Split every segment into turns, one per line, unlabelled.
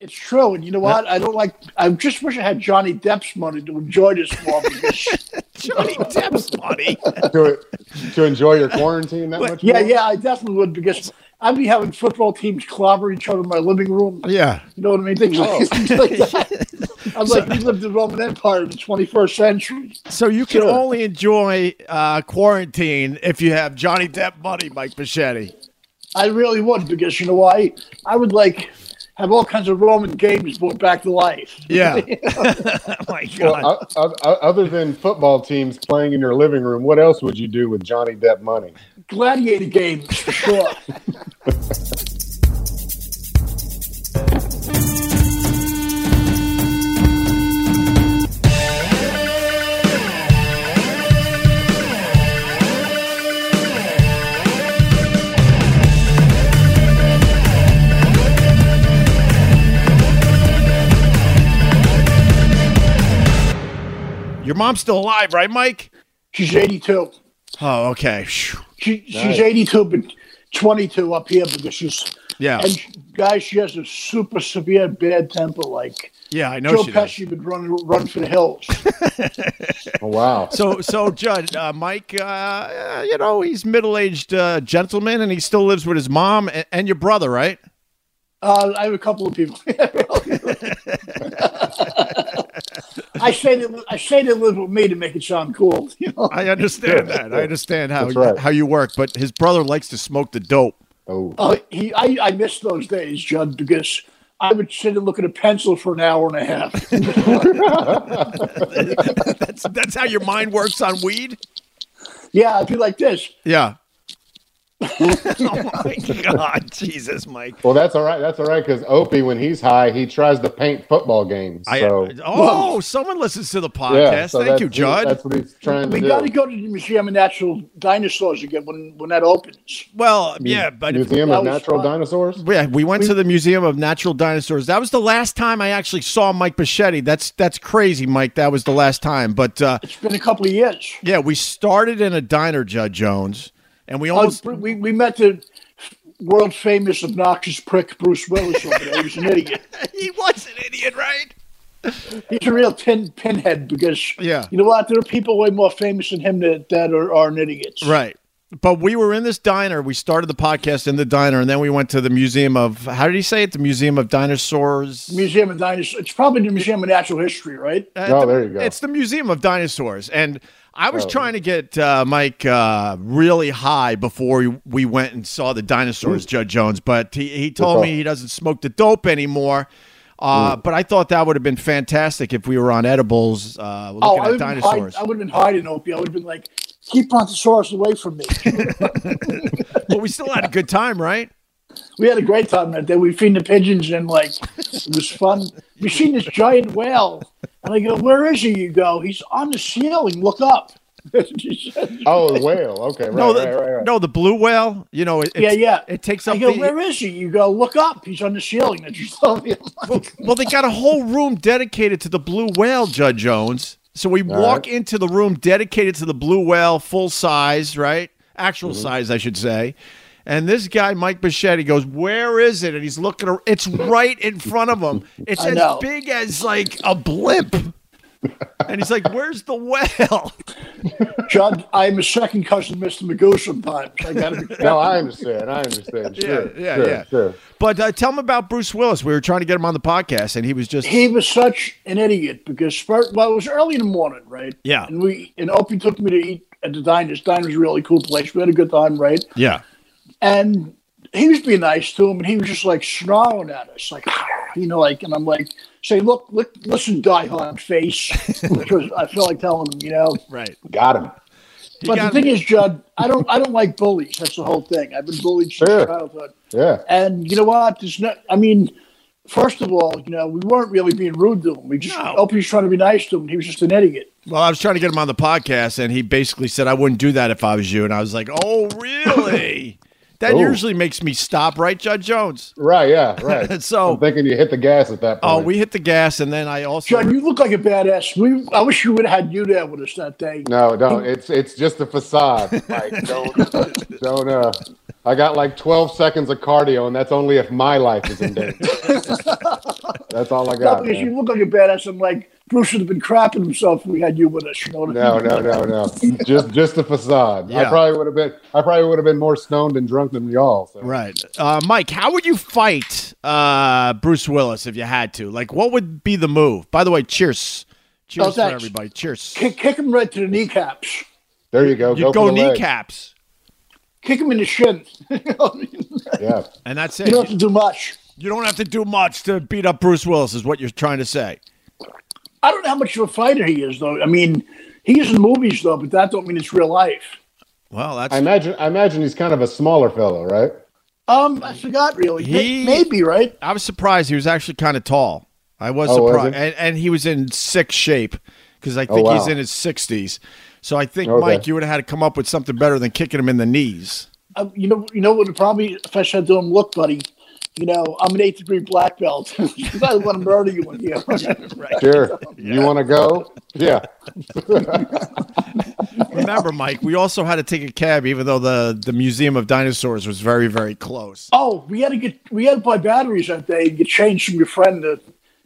It's true, and you know what? I don't like. I just wish I had Johnny Depp's money to enjoy this more. Because,
Johnny Depp's money.
to, to enjoy your quarantine that
But-
much.
yeah,
more?
yeah, I definitely would because I'd be having football teams clobber each other in my living room.
Yeah.
You know what I mean? Things like, things like that. I'm like, we lived in the Roman Empire in the 21st century.
So you can
Sure.
only enjoy uh, quarantine if you have Johnny Depp money, Mike Pachetti.
I really would because you know why? I would like have all kinds of Roman games brought back to life.
Yeah. My God.
Well, o- o- o- uh, other than football teams playing in your living room, what else would you do with Johnny Depp money?
Gladiator games for sure.
Your mom's still alive, right, Mike?
she's 82.
Oh, okay. Phew.
She,
Nice.
She's 82, but 22 up here because she's.
Yeah.
And she- guys, she has a super severe bad temper. Like
Yeah, I know
Joe
she does.
Pesci would run run for the hills.
Oh, wow.
So, so Judd, uh, Mike, uh, uh, you know, he's middle-aged uh, gentleman, and he still lives with his mom and, and your brother, right?
Uh, I have a couple of people. I say they, I say they live with me to make it sound cool. You know,
I understand that. I understand how
That's right.
how you work, but his brother likes to smoke the dope.
Oh,
uh, he, I I miss those days, Judd, because I would sit and look at a pencil for an hour and a half.
That's that's how your mind works on weed.
yeah, I'd be like this.
Yeah. oh my God, Jesus, Mike!
well, that's all right. That's all right because Opie, when he's high, he tries to paint football games.
I,
So,
oh, someone listens to the podcast.
yeah. so
Thank you,
that's- That's
Judd.
what he's trying to
We
do.
got to go to the Museum of Natural Dinosaurs again when when that opens.
Well,
Mu-
yeah, but
Museum
that
of
was
Natural
fun.
Dinosaurs.
Yeah, we went to the Museum of Natural Dinosaurs. That was the last time I actually saw Mike Bichetti. That's that's crazy, Mike. That was the last time. But uh,
It's been a couple of years.
yeah, we started in a diner, Judd Jones, and we
Uh,
almost
we we met the world famous obnoxious prick Bruce Willis over there. He was an idiot.
he was an idiot, right?
He's a real pin pinhead because
Yeah.
you know what? There are people way more famous than him that, that are, are an idiots.
Right. But we were in this diner. We started the podcast in the diner, and then we went to the Museum of how did he say it? The Museum of Dinosaurs.
Museum of Dinosaurs. It's probably the Museum of Natural History, right?
Uh,
Oh,
the-
there you go.
It's the Museum of Dinosaurs, and I
Oh.
was trying to get uh, Mike uh, really high before we- we went and saw the
Hmm.
dinosaurs, Judge Jones. But he, he told me
all.
he doesn't smoke the dope anymore.
Hmm.
Uh, but I thought that would have been fantastic if we were on edibles uh, looking
Oh, I
at
would have been hiding,
dinosaurs.
I would have been hiding Opie. I would have been like, keep Brontosaurus away from me.
but we still had a good time, right?
we had a great time that day. We feed the pigeons and like it was fun. We seen this giant whale, and I go, "Where is he?" You go, "He's on the ceiling. Look up."
Oh, the whale. Okay, right,
no, the,
right, right, right.
no, the blue whale. You know, it,
yeah,
it's-
yeah.
It takes up
I go,
the,
"Where is he?" You go, "Look up. He's on the ceiling." That you told me.
Well, they got a whole room dedicated to the blue whale, Judge Jones. So we
All
walk
right.
into the room dedicated to the blue whale, full size, right? Actual
Mm-hmm.
size, I should say. And this guy, Mike Bichetti, goes, "Where is it?" And he's looking. Ar- it's right in front of him. It's
I
as
know.
big as like a blimp. And he's like, "Where's the whale?"
Judd, I'm a second cousin, Mr. Magoo. Sometimes I gotta be.
No, I understand. I understand.
Yeah,
Sure,
yeah,
sure,
yeah.
sure.
But uh, tell him about Bruce Willis. We were trying to get him on the podcast, and he was just
He was such an idiot because first, well, it was early in the morning, right?
Yeah.
And we and Opie took me to eat at the diners. Diner's a really cool place. We had a good time, right?
yeah,
and he was being nice to him, and he was just like snarling at us, like you know, like, and I'm like, say, look, look, listen, diehard face, which was I felt like telling him, you know.
right.
Got him.
but the
got
thing is, Judd, I don't, I don't like bullies. That's the whole thing. I've been bullied since
Sure.
childhood,
Yeah.
and you know what? There's no, I mean. First of all, you know, we weren't really being rude to him. We just,
No.
Opie was trying to be nice to him. He was just an idiot.
Well, I was trying to get him on the podcast, and he basically said, I wouldn't do that if I was you. And I was like, Oh, really? that
Oh.
usually makes me stop, right, Judge Jones?
Right. Yeah. Right.
So-
I'm thinking you hit the gas at that point.
Oh, we hit the gas, and then I also.
Judd, you look like a badass. We, I wish you would have had you there with us that day.
No, no, it's it's just a facade. Like, don't, don't. Uh, I got like 12 seconds of cardio, and that's only if my life is in danger. That's all I
No,
got.
because
man.
you look like a badass. I'm like, Bruce would have been crapping himself if we had you with us. You know what I
No,
mean?
no, no, no. just just the facade.
Yeah.
I probably would have been I probably would have been more stoned and drunk than y'all. So.
Right. Uh, Mike, how would you fight uh, Bruce Willis if you had to? Like, what would be the move? By the way, cheers. Cheers
Oh,
for
thanks.
everybody. Cheers.
Kick, kick him right to the kneecaps.
There you go.
you go
for the leg.
kneecaps,
Kick him in the shin. you don't
Yeah.
and that's it. You
have to do much.
you don't have to do much to beat up Bruce Willis, is what you're trying to say.
I don't know how much of a fighter he is, though. I mean, he's in movies, though, but that don't mean it's real life.
Well, that's
I imagine I imagine he's kind of a smaller fellow, right?
Um, I forgot, really. Ma-
He-
Maybe, right?
I was surprised he was actually kind of tall. I was
Oh, was
surprised,
he? Oh,
and, and he was in sick shape because I think he's
wow.
in his sixties. So I think
Okay.
Mike, you would have had to come up with something better than kicking him in the knees.
Um, you know, you know what? would Probably, if I said to him, "Look, buddy, you know, I'm an eighth degree black belt. 'Cause I want to murder you one day."
Sure. You want to go? Yeah.
Remember, Mike, we also had to take a cab, even though the the Museum of Dinosaurs was very very close.
Oh, we had to get we had to buy batteries that day and get changed from your friend, the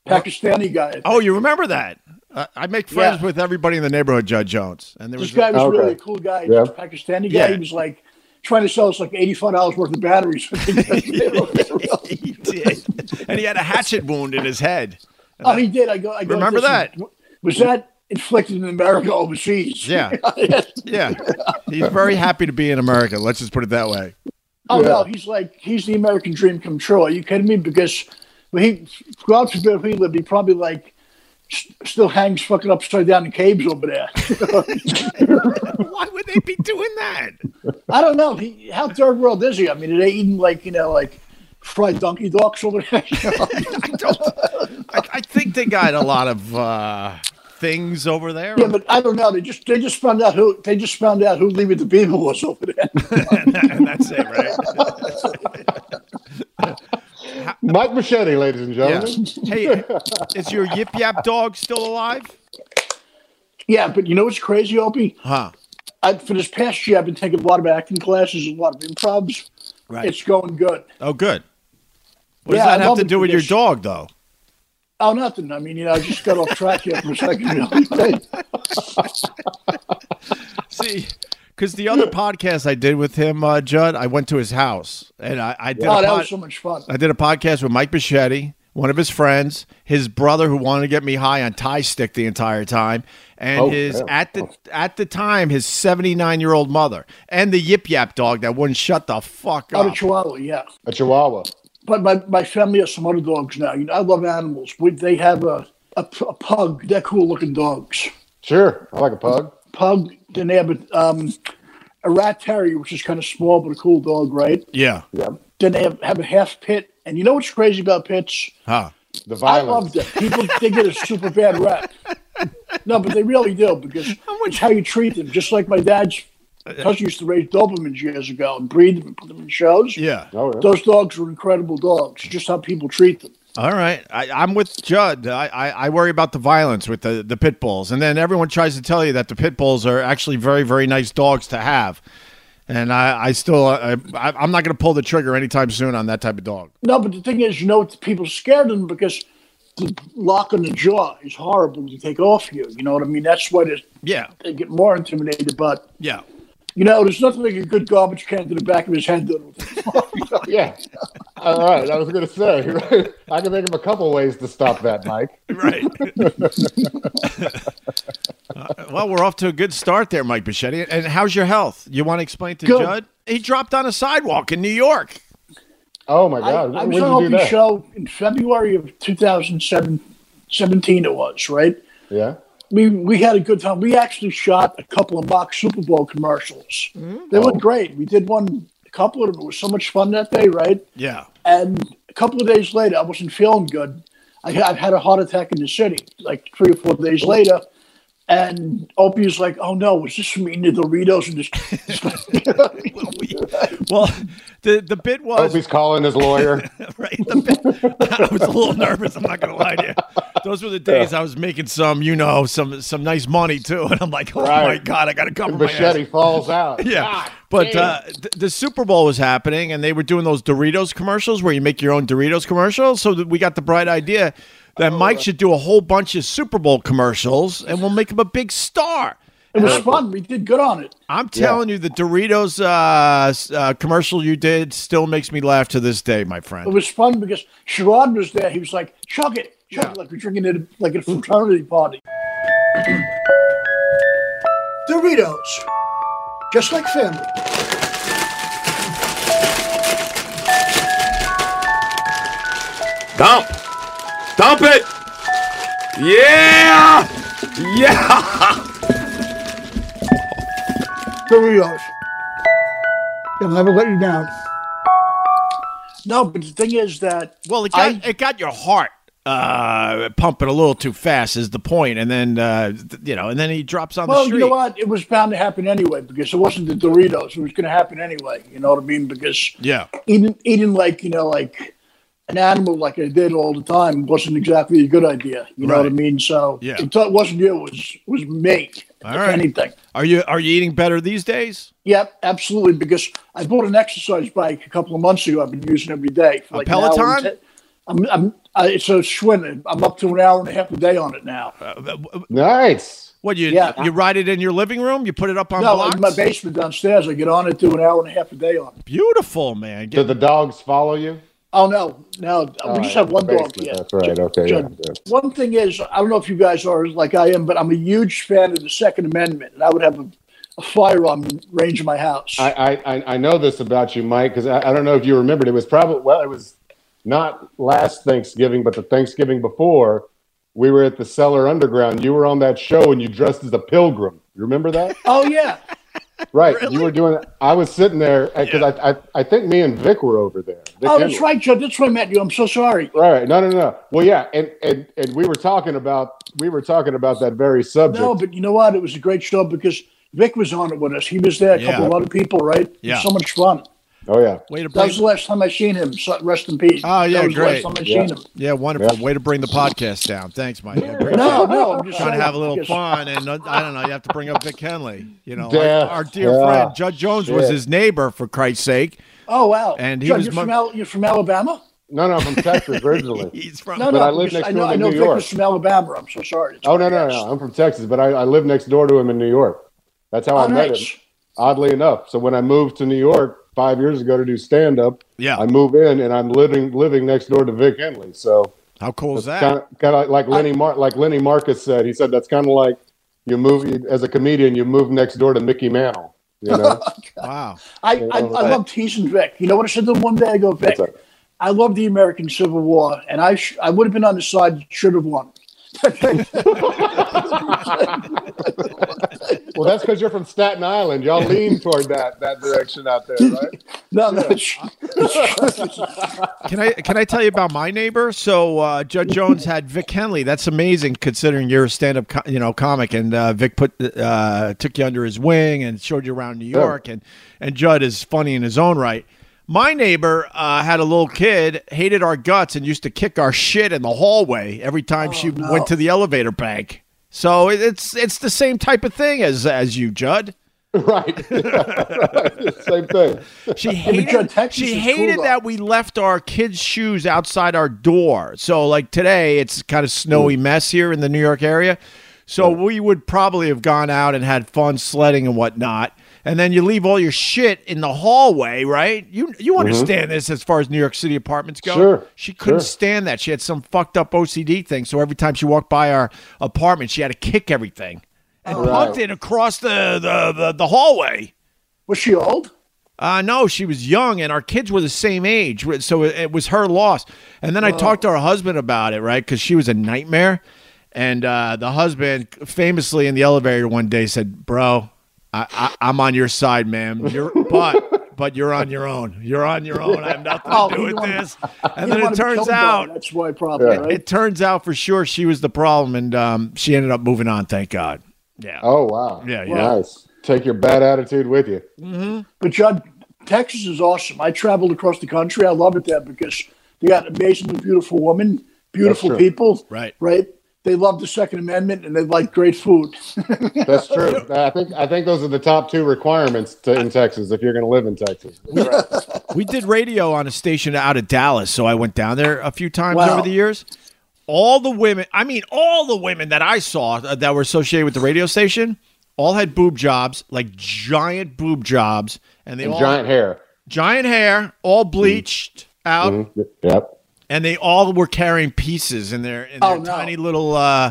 Pakistani guy.
Oh, you remember that? Uh, I make friends
Yeah.
with everybody in the neighborhood, Judge Jones, and there
this
was
guy was
Okay.
really a cool guy.
Yeah.
This Pakistani guy.
Yeah.
He was like trying to sell us like eighty five dollars worth of batteries.
a, he did, and he had a hatchet wound in his head.
oh, he did. I go. I go
Remember
"Listen, Was that inflicted in America overseas?
Yeah. Yeah, he's very happy to be in America. Let's just put it that way.
Oh no,
Yeah.
he's like he's the American dream come true. Are you kidding me? Because when he God forbid if he lived, he probably like st- still hangs fucking upside down in caves over there.
Why would they be doing that?
I don't know. He, how third world is he? I mean, are they eating like you know like fried donkey ducks over there?
I don't. I, I think they got a lot of uh, things over there.
yeah, but I don't know. They just they just found out who they just found out who Leave It to Beaver was over there.
and that's it, right?
Mike Machete, ladies and
Yeah.
gentlemen.
Hey, is your yip yap dog still alive?
yeah, but you know what's crazy, Opie?
Huh?
I, for this past year, I've been taking a lot of acting classes, a lot of improvs.
Right.
It's going good.
oh, good. What
Yeah,
does that
I
have
love
to
the
do with your
tradition.
dog, though?
Oh, nothing. I mean, you know, I just got off track here for a second. You know.
See, because the other podcast I did with him, uh, Judd, I went to his house and I, I did.
Oh,
a
that
pod-
was so much fun.
I did a podcast with Mike Bichetti, one of his friends, his brother who wanted to get me high on Thai stick the entire time, and
Oh,
his
yeah.
at the at the time his seventy nine year old mother, and the yip yap dog that wouldn't shut the fuck
Out
up.
of Chihuahua, yeah.
A Chihuahua.
But my, my family has some other dogs now. You know, I love animals. We, they have a, a, p- a pug. They're cool looking dogs.
Sure. I like a pug.
Pug. Then they have a, um, a rat terrier, which is kind of small but a cool dog, right?
yeah,
Then they have, have a half pit. And you know what's crazy about pits?
huh?
The
I
violence.
love them. People they get a super bad rap. No, but they really do because it's how you treat them. Just like my dad's cousin used to raise Dobermans years ago and breed them and put them in shows.
Yeah.
Oh, yeah.
Those dogs were incredible dogs. Just how people treat them.
All right, I, I'm with Judd. I, I, I worry about the violence with the, the pit bulls, and then everyone tries to tell you that the pit bulls are actually very very nice dogs to have, and I, I still I, I, I'm not going to pull the trigger anytime soon on that type of dog.
No, but the thing is, you know, what? people scared of them because the lock on the jaw is horrible to take off you. You know what I mean? That's why they,
Yeah,
they get more intimidated. But
yeah.
you know, there's nothing like a good garbage can to the back of his head. That
yeah. All right. I was going to say, right? I can think of a couple ways to stop that, Mike.
Right. Uh, well, we're off to a good start there, Mike Bichetti. And how's your health? You want to explain to
Good.
Judd? He dropped on a sidewalk in New York.
Oh, my
I,
God.
I
When
was
would
on
you do
Opie's
that?
show in February of 2007, 17 it was, right?
Yeah.
We, we had a good time. We actually shot a couple of mock Super Bowl commercials.
Mm.
They
Oh.
were great. We did one, a couple of them. It was so much fun that day, right?
Yeah.
And a couple of days later, I wasn't feeling good. I had, had a heart attack in the city, like three or four days later. And Opie's like, "Oh no, was this from eating the Doritos?" And just
Well, we, well the, the bit
I hope
was
Oh,
he's calling his lawyer.
right. The bit, I was a little nervous. I'm not going to lie to you. Those were the days I was making some, you know, some some nice money too, and I'm like, oh my
Right.
god, I got to cover my ass.
Machete falls out.
Yeah, but uh, th- the Super Bowl was happening, and they were doing those Doritos commercials where you make your own Doritos commercials. So that we got the bright idea that
Oh, uh,
Mike should do a whole bunch of Super Bowl commercials, and we'll make him a big star.
It was fun. We did good on it.
I'm telling you, the Doritos uh, s- uh, commercial you did still makes me laugh to this day, my
It
friend.
was fun because Sherrod was there. He was like, "Chug it, chug it," like we're drinking it like at a fraternity party. Doritos, just like family.
Dump. Dump it. Yeah. Yeah.
Doritos, they'll never let you down. No, but the thing is that
Well, it got, it got your heart uh, pumping a little too fast, is the point, and then uh, th- you know, and then he drops on the
Well,
street.
you know what? It was bound to happen anyway because it wasn't the Doritos. It was going to happen anyway. You know what I mean? Because
Yeah,
eating eating like you know like an animal like I did all the time wasn't exactly a good idea. You know what I
Right.
mean? So
Yeah.
it t- wasn't you. It was it was me.
All
if
right.
Anything.
are you are you eating better these days?
Yep, absolutely. Because I bought an exercise bike a couple of months ago. I've been using every day. For
A
an hour and
Peloton?
ten- I'm, I'm, I, it's a Schwinn. I'm up to an hour and a half a day on it now.
Nice.
Uh, What you
Yeah.
you ride it in your living room? You put it up on
no,
blocks?
in my basement downstairs, I get on it, do an hour and a half a day on it.
Beautiful, man.
Do
Get-
the dogs follow you?
Oh no, no, we just have one dog
Basically,
here.
That's right. Okay. Yeah.
Judge. One thing is, I don't know if you guys are like I am, but I'm a huge fan of the Second Amendment, and I would have a, a firearm in range of my house.
I, I- I I know this about you, Mike, because I, I don't know if you remembered. It was probably well, it was not last Thanksgiving, but the Thanksgiving before. We were at the Cellar Underground. You were on that show, and you dressed as a pilgrim. You remember that?
oh yeah,
Right. You were doing. I was sitting there because I, I I think me and Vic were over there. Vic
oh that's
Henry.
right, Joe. That's where I met you. I'm so sorry.
Right. No, no, no. Well, yeah, and and and we were talking about we were talking about that very subject.
No, but you know what? It was a great show because Vic was on it with us. He was there, a couple
Yeah.
of other people, right? It was
Yeah.
so much fun.
oh yeah.
way to
That
bring,
was the last time I seen him. So rest in peace.
Oh, yeah,
that was
great.
The last time I
Yeah.
seen him.
yeah, wonderful.
Yeah.
Way to bring the podcast down. Thanks, Mike. I appreciate
No, no, I'm just
Trying to
saying,
have a little
because-
fun, and uh, I don't know. You have to bring up Vic Henley. You know,
Yeah.
our, our dear
Yeah.
friend Judge Jones was
Shit.
his neighbor for Christ's sake.
Oh wow,
And he
Joe,
was
you're,
my-
from Al- you're from Alabama.
No, no, from Texas originally.
He's from
No,
But
no,
I live
because
next
I
door
know,
to
I know
New
Vic
York.
was from Alabama. I'm so sorry. It's
Oh no, no,
my
no.
bad.
I'm from Texas, but I, I live next door to him in New York. That's how I
Oh,
met
nice.
him. Oddly enough, so when I moved to New York five years ago to do stand up,
Yeah.
I move in and I'm living living next door to Vic Henley. So
How cool is that?
kind of kind of like Lenny Mar- like Lenny Marcus said. He said that's kind of like you move as a comedian, you move next door to Mickey Mantle. You know,
wow.
I, I, I love teasing Vic. You know what I said to him one day? I go, Vic,
What's up?
I love the American Civil War, and I sh- I would have been on the side that should have won.
well, that's because you're from Staten Island. Y'all lean toward that that direction out there, right?
No, that's
Can I can I tell you about my neighbor? So uh, Judge Jones had Vic Henley. That's amazing considering you're a stand up co- you know comic, and uh, Vic put uh, took you under his wing and showed you around New York. And and Judd is funny in his own right. My neighbor uh, had a little kid, hated our guts, and used to kick our shit in the hallway every time she went to the elevator bank. So it- it's it's the same type of thing as as you, Judd.
right. Same thing.
She
Joe,
hated,
Texas
she
is
hated
cool, though.
that we left our kids' shoes outside our door. So, like today, it's kind of snowy mess here in the New York area. So, we would probably have gone out and had fun sledding and whatnot. And then you leave all your shit in the hallway, right? You you understand this as far as New York City apartments go.
Sure,
She couldn't
sure.
stand that. She had some fucked up OCD thing. So every time she walked by our apartment, she had to kick everything and punt it across the, the, the, the hallway.
was she old?
Uh, no, she was young, and our kids were the same age, so it, it was her loss. And then I talked to her husband about it, right? Because she was a nightmare. And uh, the husband famously in the elevator one day said, "Bro, I, I, I'm on your side, ma'am. You're, but but you're on your own. You're on your own. I have nothing
Oh,
to do
you
with
don't-
this."
You
And then
don't wanna
it
be
turns
killed by her.
out
that's why problem,
Yeah.
right?
it turns out for sure she was the problem, and um, she ended up moving on. Thank God. Yeah.
Oh wow.
Yeah, yeah.
Nice. Take your bad attitude with you.
But John, Texas is awesome. I traveled across the country. I love it there because they got amazingly beautiful women. beautiful
That's true.
people,
Right.
right? They love the Second Amendment and they like great food.
That's true. I think I think those are the top two requirements to, in Texas if you're going to live in Texas.
We did radio on a station out of Dallas, so I went down there a few times
Wow.
over the years. All the women, I mean, all the women that I saw uh, that were associated with the radio station, all had boob jobs, like giant boob jobs, and they
And
all
giant hair.
giant hair, all bleached out,
Mhm. Yep.
and they all were carrying pieces in their in their
Oh, no.
tiny little uh, uh,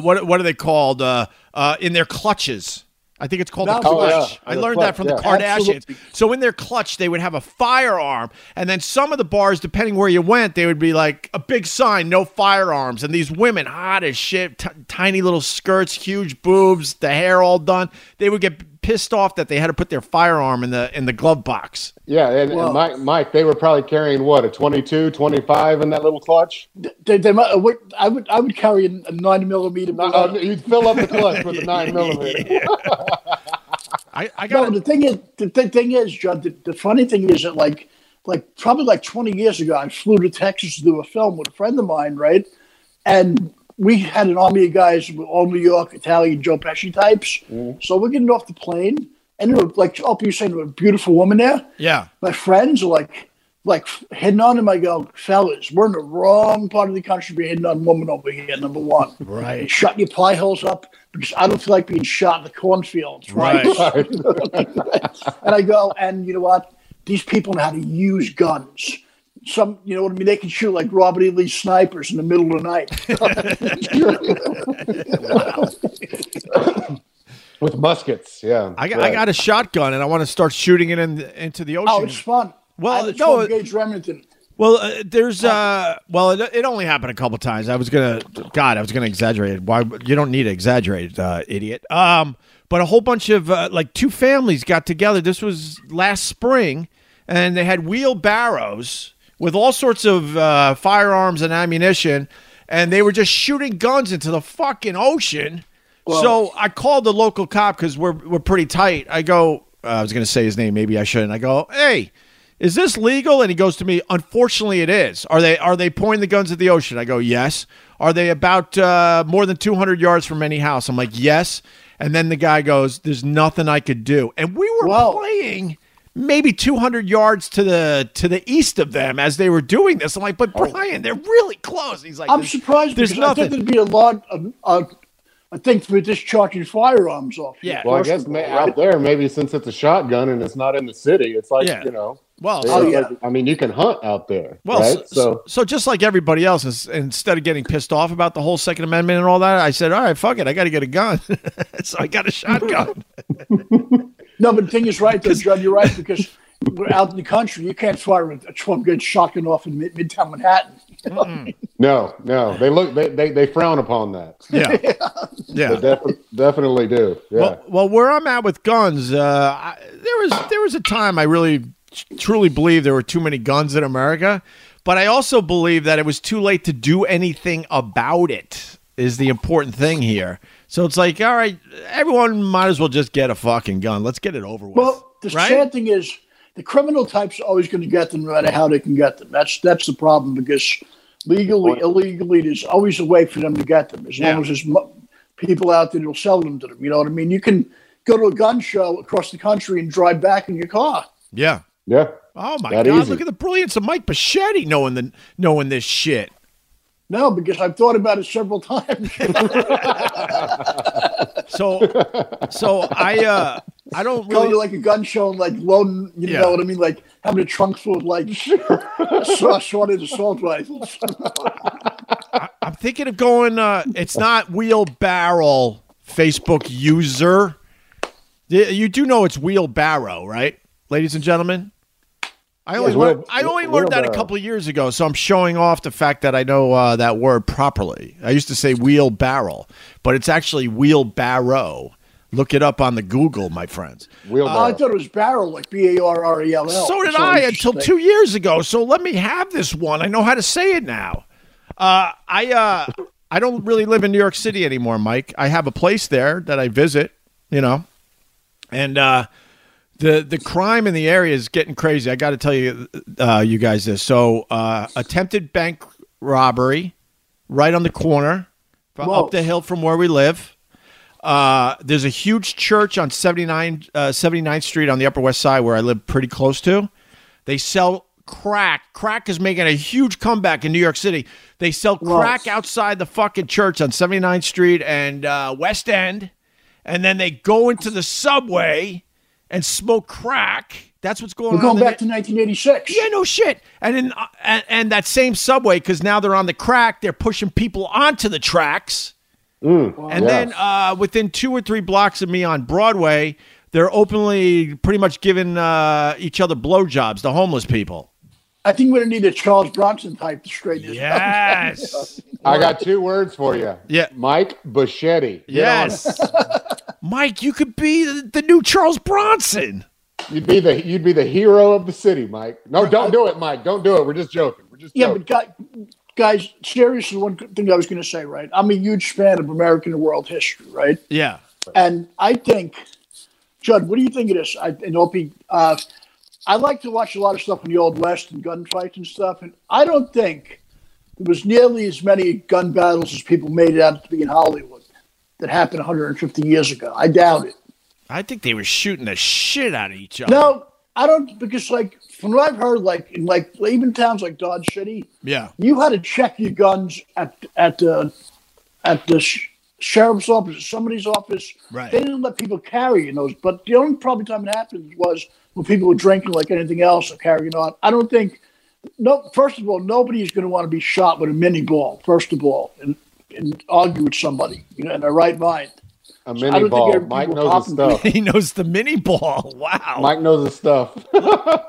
what what are they called uh, uh, in their clutches. I think it's called
No.
the
Oh,
clutch.
yeah.
I
The
learned that from
clutch,
the
yeah.
Kardashians.
Absolutely.
So in their clutch, they would have a firearm, and then some of the bars, depending where you went, they would be like a big sign, "No firearms." And these women, hot as shit, t- tiny little skirts, huge boobs, the hair all done. They would get pissed off that they had to put their firearm in the in the glove box.
Yeah, and, and
Well-
Mike, Mike, they were probably carrying what a 22, 25 in that little clutch.
they, they might, what- I would I would carry a, a nine millimeter.
No,
bullet.
uh, you'd fill up the clutch with a nine millimeter.
I, I got
no, the thing is, the th- thing is, Judd. The, the funny thing is that, like, like probably like twenty years ago, I flew to Texas to do a film with a friend of mine, right? And we had an army of guys, with all New York Italian Joe Pesci types. So we're getting off the plane, and there were, like up you saying, there were beautiful woman there.
yeah.
My friends are like, like hitting on him. I go, fellas, we're in the wrong part of the country. to be hitting on women over here. Number one,
Right.
Shut your pie holes up because I don't feel like being shot in the cornfields,
Right.
and I go, and you know what? These people know how to use guns. Some, you know what I mean? They can shoot like Robert E. Lee snipers in the middle of the night.
with muskets. Yeah,
I got, I
Right.
got a shotgun and I want to start shooting it in the, into the
oh,
ocean.
it's fun.
Well,
I had a
no,
12 gauge Remington.
well, uh, there's uh, well, it, it only happened a couple times. I was gonna, God, I was gonna exaggerate. it. Why you don't need to exaggerate, uh, idiot. Um, but a whole bunch of uh, like two families got together. This was last spring, and they had wheelbarrows with all sorts of uh, firearms and ammunition, and they were just shooting guns into the fucking ocean. so I called the local cop because we're we're pretty tight. I go, uh, I was gonna say his name, maybe I shouldn't. I go, hey, is this legal? And he goes to me, unfortunately, it is. Are they are they pointing the guns at the ocean? I go, yes. Are they about uh, more than two hundred yards from any house? I'm like, yes. And then the guy goes, there's nothing I could do. And we were
Whoa.
playing maybe 200 yards to the to the east of them as they were doing this i'm like but brian they're really close he's like
I'm
"There's-
surprised
there's
because I
nothing
think there'd be a lot of, uh, I think for discharging firearms off.
Yeah.
Well, I
First
guess
of
ma-
all, right?
out there, maybe since it's a shotgun and it's not in the city, it's like
Yeah.
you know.
well
they
Oh,
don't
yeah.
like- I mean, you can hunt out there,
Well,
right?
so, so,
So,
just like everybody else, ins- instead of getting pissed off about the whole Second Amendment and all that, I said, "All right, fuck it, I got to get a gun." so I got a shotgun.
No, but the thing is, right, though, Judd, you're right, because we're out in the country. You can't fire a 12 gauge shotgun off in mid- Midtown Manhattan.
no, no, they look, they, they, they frown upon that.
yeah, yeah.
They defi- definitely do. Yeah.
Well, well, where I'm at with guns, uh, I, there was there was a time I really t- truly believe there were too many guns in America, but I also believe that it was too late to do anything about it. Is the important thing here? So it's like, all right, everyone might as well just get a fucking gun. Let's get it over with.
Well, the
right?
sad thing is, the criminal types are always going to get them no matter how they can get them. That's that's the problem because legally, illegally, there's always a way for them to get them as
Yeah.
long as there's mo- people out there that'll sell them to them. You know what I mean? You can go to a gun show across the country and drive back in your car.
yeah.
yeah.
Oh my
That
God!
easy.
Look at the brilliance of Mike Paschetti knowing the knowing this shit.
No, because I've thought about it several times.
So, so I uh I don't
Going
really
to like a gun show and like loading, you
Yeah.
know what I mean? Like having a trunk full of like saw shorted assault rifles.
Uh, I'm thinking of going. Uh, it's not wheelbarrow Facebook user. Y- You do know it's wheelbarrow, right, ladies and gentlemen? I only
it's
learned,
wheel-
I only learned that a
wheelbarrow.
couple of years ago, so I'm showing off the fact that I know uh, that word properly. I used to say wheelbarrow, but it's actually wheelbarrow. Look it up on the Google, my friends.
Oh, I
Wheelbarrow.
thought it was barrel, like B A R R E L L.
So did I until two years ago. So let me have this one. I know how to say it now. Uh, I uh, I don't really live in New York City anymore, Mike. I have a place there that I visit, you know, and uh, the the crime in the area is getting crazy. I got to tell you, uh, you guys this. So uh, attempted bank robbery right on the corner, fro-
Whoa.
up the hill from where we live. Uh, there's a huge church on 79, uh, 79th Street on the Upper West Side where I live pretty close to. They sell crack. Crack is making a huge comeback in New York City. They sell
Whoa.
crack outside the fucking church on 79th Street and uh, West End. And then they go into the subway and smoke crack. That's what's going
We're
on.
going
in
back to 1986.
yeah, no shit. And in uh, and, and that same subway because now they're on the crack. They're pushing people onto the tracks.
Mm.
and
yeah.
then uh, within two or three blocks of me on Broadway, they're openly pretty much giving uh, each other blowjobs. The homeless people.
I think we're gonna need a Charles Bronson type to straighten this out.
Yes.
I got two words for you.
Yeah.
Mike Buschetti. Get on it.
yes. Mike, you could be the, the new Charles Bronson.
You'd be the you'd be the hero of the city, Mike. No, don't do it, Mike. Don't do it. We're just joking. We're just
Yeah,
joking.
but guy- guys, seriously, one thing I was gonna say, right? I'm a huge fan of American world history, right?
Yeah.
And I think, Judd, what do you think of this? I, and Opie, uh, I like to watch a lot of stuff in the Old West and gunfights and stuff. And I don't think there was nearly as many gun battles as people made it out to be in Hollywood that happened 150 years ago. I doubt it.
I think they were shooting the shit out of each other.
No, I don't, because like from what I've heard, like in like even towns like Dodge City,
Yeah.
you had to check your guns at at the at the sh- sheriff's office, or somebody's office.
Right.
They didn't let people carry in those. But the only probably time it happened was when people were drinking, like anything else, or carrying on. I don't think. No, first of all, nobody's going to want to be shot with a mini ball. First of all, and and argue with somebody, you know, in their right mind.
a
I
mini
don't
ball.
think
Mike
people
knows his
popping-
stuff.
He knows the mini ball. Wow.
Mike knows his stuff.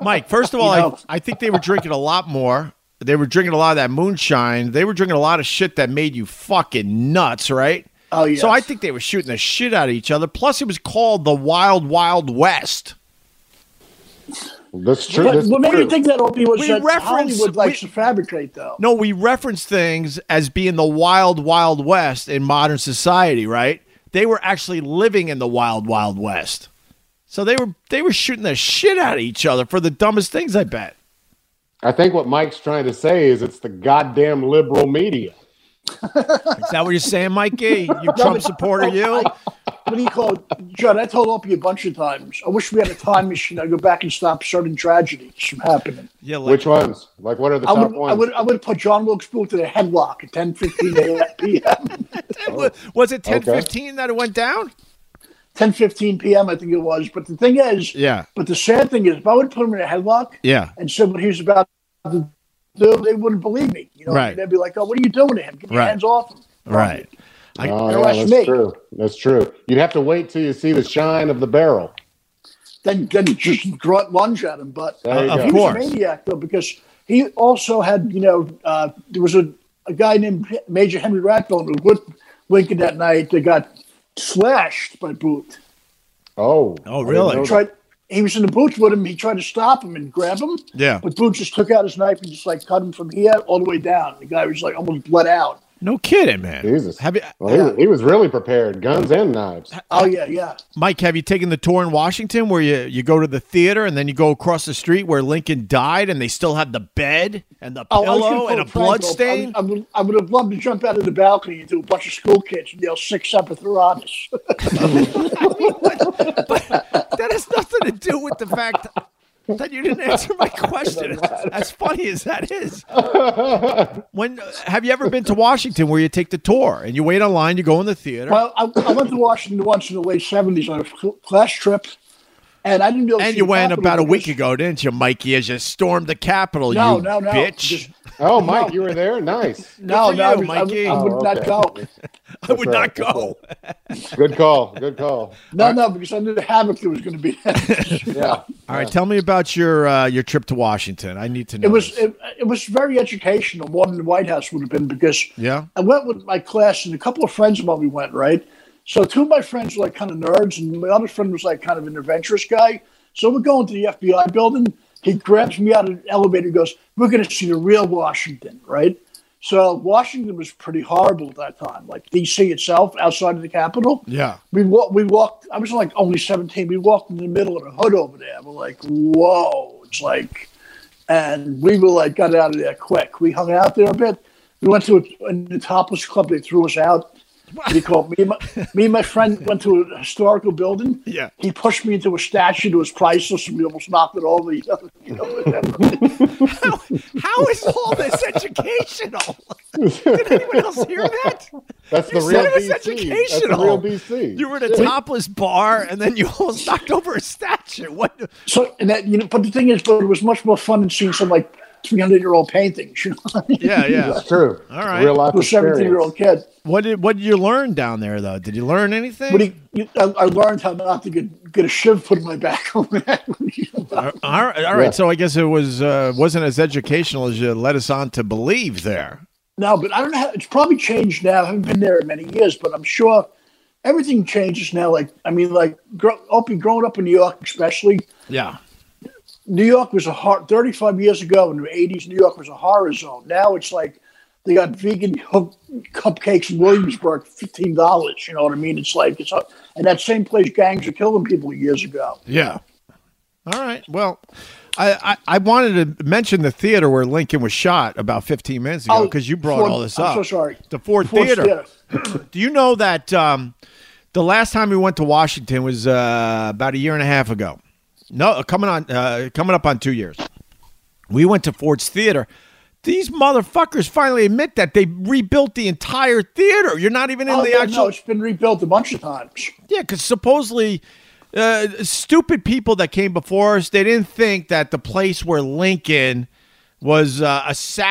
Mike, first of all,
You know.
I, I think they were drinking a lot more. They were drinking a lot of that moonshine. They were drinking a lot of shit that made you fucking nuts, right?
Oh yeah.
So I think they were shooting the shit out of each other. Plus, it was called the Wild Wild West.
That's true.
What,
That's
what made
true.
me think that Opie was
We
that
reference-
Hollywood likes
we-
to fabricate, though.
No, we reference things as being the Wild Wild West in modern society, right? They were actually living in the Wild Wild West. So they were they were shooting the shit out of each other for the dumbest things, I bet.
I think what Mike's trying to say is it's the goddamn liberal media.
Is that what you're saying, Mikey? You Trump supporter, you?
what do you call it? Judd, I told Opie a bunch of times. I wish we had a time machine. I'd go back and stop certain tragedies from happening.
Yeah, like,
Which ones? Like, what are the
I
top
would, I
ones?
would, I would put John Wilkes Booth in a headlock at 10 15 p.m.
Wa- Was it ten
Okay.
fifteen that it went down?
10 15 p.m., I think it was. But the thing is,
Yeah.
but the sad thing is, if I would put him in a headlock
Yeah.
and said what he was about to do, they wouldn't believe me. You know,
Right.
they'd be like, oh, what are you doing to him? Get your
Right.
hands off him.
Right.
oh,
rush
yeah,
me.
that's true. That's true. You'd have to wait till you see the shine of the barrel.
Then, then just grunt lunge at him. But
There you
Of
he was
go.
a
course.
maniac though because he also had you know uh, there was a, a guy named Major Henry Rathbone who was with Lincoln that night that got slashed by Booth.
Oh.
Oh,
I
really?
didn't know
Tried he was in the booth with him. He tried to stop him and grab him,
Yeah.
but Booth just took out his knife and just like cut him from here all the way down. The guy was like almost bled out.
No kidding, man.
that. Jesus.
Have you,
Well, he, he was really prepared, guns and knives.
Oh yeah, yeah.
Mike, have you taken the tour in Washington where you, you go to the theater and then you go across the street where Lincoln died and they still have the bed and the
Oh, I was
pillow
gonna
and a
quote Franco.
blood stain?
I, would- I would, I would have loved to jump out of the balcony into a bunch of school kids and yell six up at their honest.
That has nothing to do with the fact that you didn't answer my question. As funny as that is. When have you ever been to Washington where you take the tour and you wait online, you go in the theater?
Well, I, I went to Washington once in the late seventies on a cl- class trip, and I didn't really.
and
see
you
the
went
Capitol
about a
because-
week ago, didn't you, Mikey? As you stormed the Capitol,
No,
you
no, no,
bitch.
just-
Oh, Mike, you were there? Nice.
No,
for
no, I,
you,
was- I,
Mikey.
I would
Oh,
not
okay.
go.
I would
right,
not
that's
go.
Good call. Good call.
No, no, because I knew the havoc that was going to be. there.
Yeah.
All right, tell me about your uh, your trip to Washington. I need to know.
it was
this.
it, it was very educational, more than the White House would have been, because
yeah,
I went with my class and a couple of friends of mine. We went right. So two of my friends were like kind of nerds, and my other friend was like kind of an adventurous guy. So we're going to the FBI building. He grabs me out of the elevator and goes, "We're going to see the real Washington, right?" So Washington was pretty horrible at that time, like D.C. itself, outside of the Capitol.
yeah.
We walked. We walked. I was like only seventeen. We walked in the middle of the hood over there. We're like, whoa! It's like, and we were like, got out of there quick. We hung out there a bit, We went to a, in the topless club. They threw us out. He called me. And my, me and my friend went to a historical building.
Yeah.
He pushed me into a statue that was priceless, and we almost knocked it over. You know, you know, whatever.
How, how is all this educational? Did anyone else hear that?
That's the
You
real
said it was
DC. That's the
educational.
real DC.
You were at a topless bar, and then you almost knocked over a statue. What?
so and that you know, but the thing is, but it was much more fun than seeing some like three hundred year old paintings. You know, what I mean?
Yeah, yeah.
That's true.
All right.
Real life
to a seventeen year old
experience.
kid.
What did What did you learn down there, though? Did you learn anything?
But he, you, I, I learned how not to get get a shiv put in my back. all
all right, Uh, all right.
Yeah.
So I guess it was uh, wasn't as educational as you led us on to believe. There,
No, but I don't know. How, it's probably changed now. I haven't been there in many years, but I'm sure everything changes now. Like, I mean, like, grow, Opie, growing up in New York, especially,
yeah.
New York was a hor 35 years ago in the 80s, New York was a horror zone. Now it's like they got vegan hook, cupcakes in Williamsburg, $15. You know what I mean? It's like, it's, and that same place gangs were killing people years ago.
Yeah. All right. Well, I, I, I wanted to mention the theater where Lincoln was shot about 15 minutes ago
Oh,
because you brought
Ford-
all this
I'm
up.
so sorry.
The Ford,
Ford
theater.
Theater.
Do you know that um, the last time we went to Washington was uh, about a year and a half ago? No, coming on, uh, coming up on two years. We went to Ford's Theater. These motherfuckers finally admit that they rebuilt the entire theater. You're not even in
Oh,
the
yeah,
actual.
no, it's been rebuilt a bunch of times.
Yeah, because supposedly, uh, stupid people that came before us, they didn't think that the place where Lincoln was uh,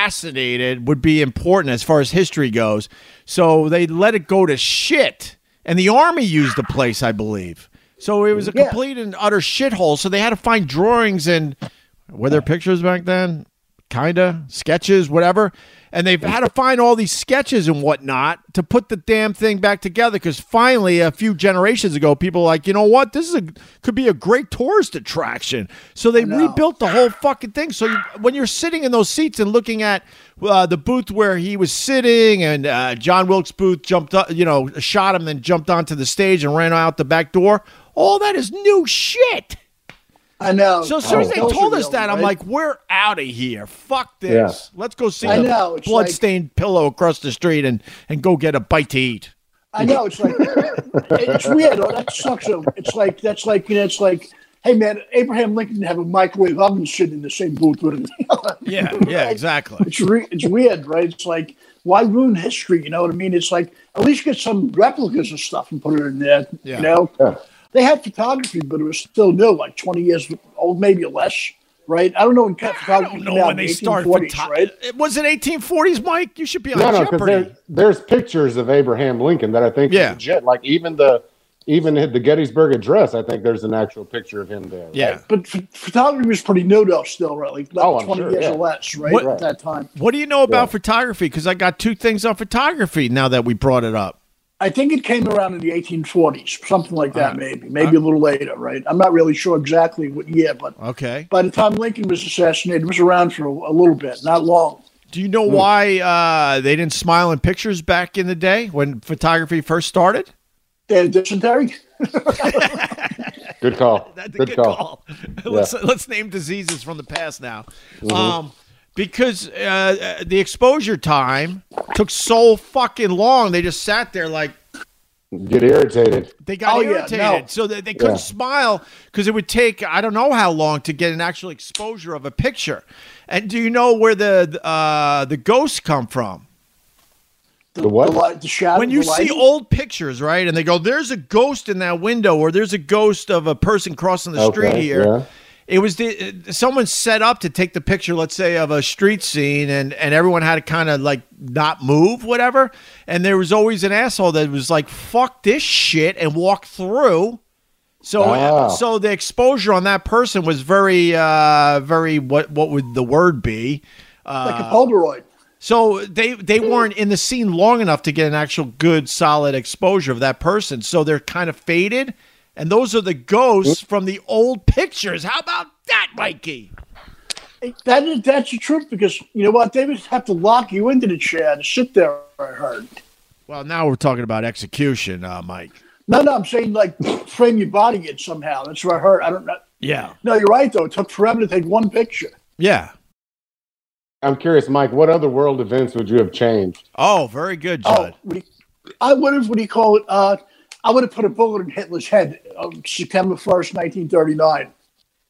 assassinated would be important as far as history goes. So they let it go to shit. And the army used the place, I believe. So it was a
Yeah.
complete and utter shithole. So they had to find drawings and were there pictures back then? Kinda sketches, whatever. And they've had to find all these sketches and whatnot to put the damn thing back together. Because finally, a few generations ago, people were like, you know what, this is a could be a great tourist attraction. So they rebuilt the whole fucking thing. So you, when you're sitting in those seats and looking at uh, the booth where he was sitting, and uh, John Wilkes Booth jumped up, you know, shot him, then jumped onto the stage and ran out the back door. All that is new shit.
I know.
So as soon as they
Those are
told us
real,
that, I'm
right?
like, we're out of here. Fuck this.
Yeah.
Let's go see
I
the
know, it's
bloodstained pillow across the street and, and go get a bite to eat.
I know it's like it's weird. Oh, that sucks. though. It's like that's like you know. It's like, hey man, Abraham Lincoln didn't have a microwave oven sitting in the same booth with him.
Yeah, yeah, exactly.
it's re- it's weird, right? It's like why ruin history? You know what I mean? It's like at least get some replicas of stuff and put it in there.
Yeah.
You know,
Yeah.
they had photography, but it was still new, like twenty years old, maybe less. Right? I don't know when cat
I
photography
don't
came
know
out
when
in
they
the
started.
1840s,
photo-
right?
It was it 1840s, Mike. You should be on
No, no, because
Jeopardy.
there, there's pictures of Abraham Lincoln that I think
Yeah.
yeah. legit. Like even the even the Gettysburg Address, I think there's an actual picture of him there. right?
yeah.
But ph- photography was pretty new though, still, right? Like, like
Oh, I'm
20
sure,
years
yeah.
or less, right?
What-
At that time.
What do you know about
Yeah.
photography? Because I got two things on photography now that we brought it up.
I think it came around in the 1840s, something like that,
Uh-huh.
maybe, maybe a little later, right? I'm not really sure exactly what year, but
Uh-huh.
Okay.
by the time Lincoln was assassinated, it was around for a, a little bit, not long.
Do you know
Hmm.
why uh, they didn't smile in pictures back in the day when photography first started?
They had dysentery.
Good call.
That's a
good, call.
let's let's name diseases from the past now, um, because uh, uh, the exposure time took so fucking long. They just sat there like
Get irritated.
they got
Oh, yeah,
irritated,
no.
so that they couldn't
Yeah.
smile because it would take I don't know how long to get an actual exposure of a picture. And do you know where the uh, the ghosts come from?
The,
what?
The, light, the shadow.
when you
the
see
lighting.
old pictures, right, and they go, "There's a ghost in that window," or "There's a ghost of a person crossing the street
Okay,
here."
yeah.
It was the, uh, someone set up to take the picture, let's say, of a street scene, and and everyone had to kind of like not move, whatever. And there was always an asshole that was like, "Fuck this shit," and walk through. So,
Ah.
so the exposure on that person was very, uh, very what what would the word be?
like a Polaroid.
So they they weren't in the scene long enough to get an actual good solid exposure of that person. So they're kind of faded. And those are the ghosts from the old pictures. How about that, Mikey?
That is, that's the truth because you know what? They would have to lock you into the chair and sit there. I heard.
Well, now we're talking about execution, uh, Mike.
No, no, I'm saying like frame your body in somehow. That's what I heard. I don't know.
Yeah.
No, you're right though. It took forever to take one picture.
Yeah.
I'm curious, Mike, what other world events would you have changed?
Oh, very good,
Oh,
Judd.
what do you- I would have. What do you call it? Uh, I would have put a bullet in Hitler's head on September first, nineteen thirty-nine.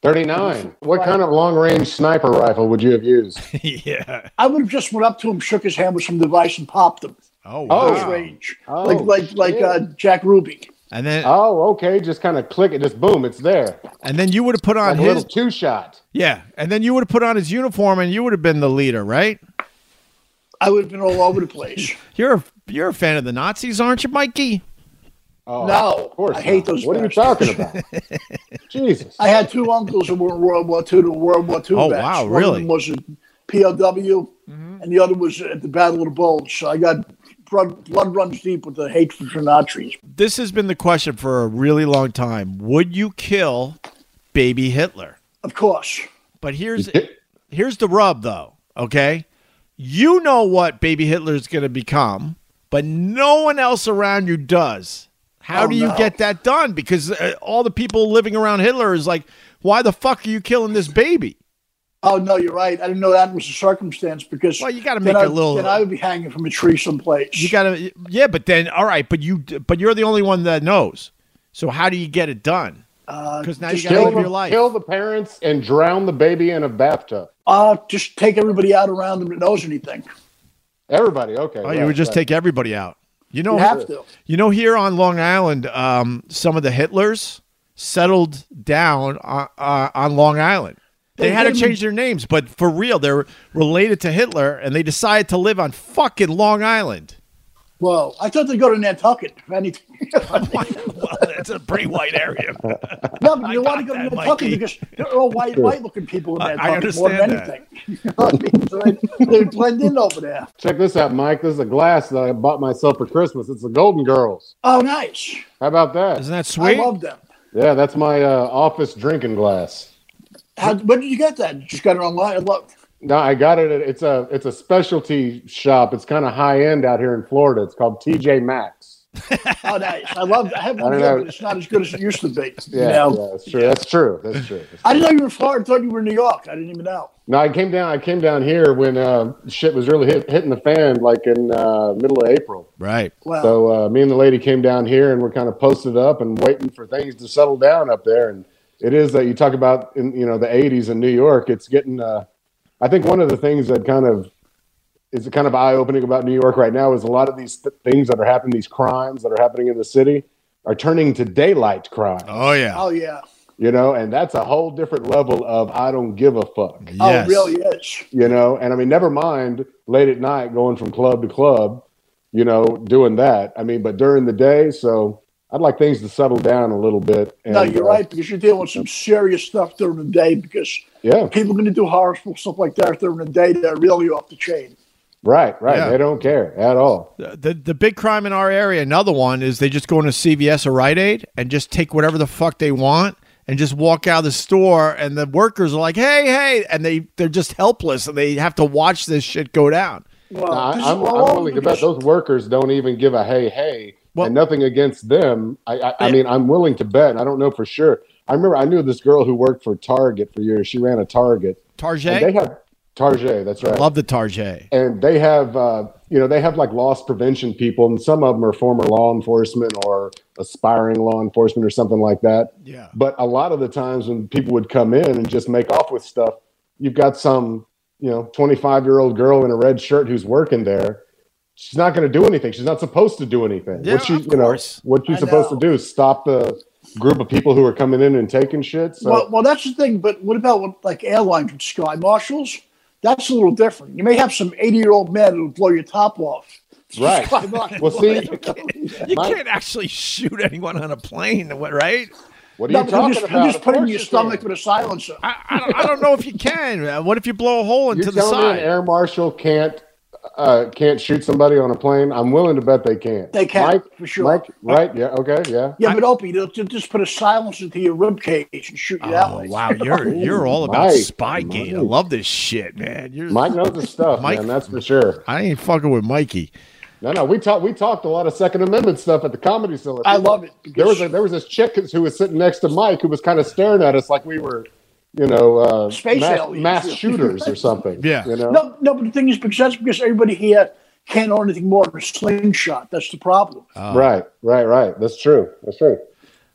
39. What kind of long range sniper rifle would you have used?
yeah.
I would have just went up to him, shook his hand with some device, and popped him.
Oh,
Oh.
Close
wow.
range,
Oh,
like like like
shit.
uh, Jack Ruby.
And then
Oh, okay. Just kind of click it. Just boom, it's there.
and then you would have put on
Like a
his
little two shot.
yeah, and then you would have put on his uniform and you would have been the leader, right?
I would have been all over the place.
You're a, you're a fan of the Nazis, aren't you, Mikey?
Oh,
No,
of course
I hate
not.
those
What are you
bastards.
talking about? Jesus.
I had two uncles who were in World War II to World War II.
Oh,
vets.
wow,
One of
really?
them was a POW, and the other was at the Battle of the Bulge. So I got blood, blood runs deep with the hatred for Nazis.
This has been the question for a really long time. Would you kill baby Hitler?
Of course,
But here's here's the rub though, okay? You know what baby Hitler's going to become, but no one else around you does. How
Oh,
do you
no.
get that done? Because uh, all the people living around Hitler is like, "Why the fuck are you killing this baby?"
Oh no, you're right. I didn't know that was a circumstance because
Well, you gotta
then
make
I,
it a little-
Then I would be hanging from a tree someplace.
You got to Yeah, but then all right, but you but you're the only one that knows. So how do you get it done?
uh,
Cuz now
just
you got to
kill
live
them.
your life.
Kill the parents and drown the baby in a bathtub.
uh, just take everybody out around them that knows anything.
Everybody, okay.
Oh, you would just take everybody out. You know
You have to.
You know, here on Long Island, um, some of the Hitlers settled down on, uh, on Long Island. They
They
had to
didn't-
change their names, but for real, they're related to Hitler, and they decided to live on fucking Long Island.
Whoa, I thought they'd go to Nantucket. If anything,
well, it's a pretty white area.
no, but you
I
want to
got
go to Nantucket
that, Mikey.
because they're all white, white-looking people in
I- I
Nantucket more than
understand
anything. You know what I mean? So they, they blend in over there.
Check this out, Mike. This is a glass that I bought myself for Christmas. It's the Golden Girls.
Oh, nice.
How about that?
Isn't that sweet?
I love them.
Yeah, that's my uh, office drinking glass.
How, when did you get that? You just got it online. I love.
No, I got it. At, it's a it's a specialty shop. It's kind of high end out here in Florida. It's called TJ Maxx.
Oh, nice. I love. I have
I
one
don't
here,
know.
but it's not as good as it used to be.
Yeah,
you know?
yeah, that's true. That's true. That's true.
I didn't know you were in Florida. I thought you were in New York. I didn't even know.
No, I came down. I came down here when uh, shit was really hit, hitting the fan, like in uh, middle of April.
right.
Wow.
So uh, me and the lady came down here, and we're kind of posted up and waiting for things to settle down up there. And it is that you talk about in you know the '80s in New York. It's getting. Uh, I think one of the things that kind of is kind of eye opening about New York right now is a lot of these th- things that are happening, these crimes that are happening in the city, are turning to daylight crime.
Oh yeah.
oh yeah.
You know, and that's a whole different level of I don't give a fuck
yes.
Oh, really? Yes.
you know and i mean never mind late at night going from club to club you know doing that i mean but during the day so i'd like things to settle down a little bit and,
No, you're
uh,
right because you're dealing with some serious stuff during the day because
yeah
people are going to do horrible stuff like that during the day. They're really off the chain.
right right
Yeah.
they don't care at all
The, the the big crime in our area, another one is they just go into CVS or Rite Aid and just take whatever the fuck they want and just walk out of the store and the workers are like, "Hey, hey," and they they're just helpless and they have to watch this shit go down.
Well,
Now, I,
this is
i'm,
Uh, all
I'm
over
willing to
because-
bet those workers don't even give a hey hey
Well-
and nothing against them I, I, I
Yeah.
mean i'm willing to bet and i don't know for sure i remember i knew this girl who worked for target for years she ran a target and they
Target.
have target that's right
Love the Target.
and they have uh, you know they have like loss prevention people and some of them are former law enforcement or aspiring law enforcement or something like that
Yeah.
but a lot of the times when people would come in and just make off with stuff you've got some you know 25 year old girl in a red shirt who's working there she's not going to do anything she's not supposed to do anything
Yeah,
what she
of
you know
course.
what she's
I
supposed
know.
to do is stop the group of people who are coming in and taking shit so
well, well, that's the thing. But what about what, like airlines with sky marshals? That's a little different. You may have some 80 year old man who'll blow your top off.
Right.
Sky Marshal.
Well, see-
You
My-
can't actually shoot anyone on a plane, what- right?
what are
No,
you
but
talking
you just,
about
you just
Of
put it in
course
your
you
stomach
can.
with a silencer.
I, I, don't, I don't know if you can. Uh, What if you blow a hole into
You're
the
telling me
side?
an air marshal can't uh, can't shoot somebody on a plane? I'm willing to bet they can't.
They can,
Mike,
for sure.
Mike, right? Yeah. Okay. Yeah.
Yeah, but Opie, they'll, they'll just put a silencer to your rib cage and shoot you that
Oh
way.
wow, you're you're all about
Mike,
Spygate. I
Mike.
love this shit, man. You're,
Mike knows his stuff,
Mike-
man. That's for sure.
I ain't fucking with Mikey.
No, no. We talked. We talked a lot of Second Amendment stuff at the Comedy Cellar.
I love it.
There
because-
was a, there was this chick who was sitting next to Mike who was kind of staring at us like we were you know, uh,
Space
mass,
aliens.
mass shooters or something.
Yeah.
You know?
No, no, but the thing is, because that's because everybody here can't own anything more than a slingshot. That's the problem.
Oh.
Right, right, right. That's true. That's true.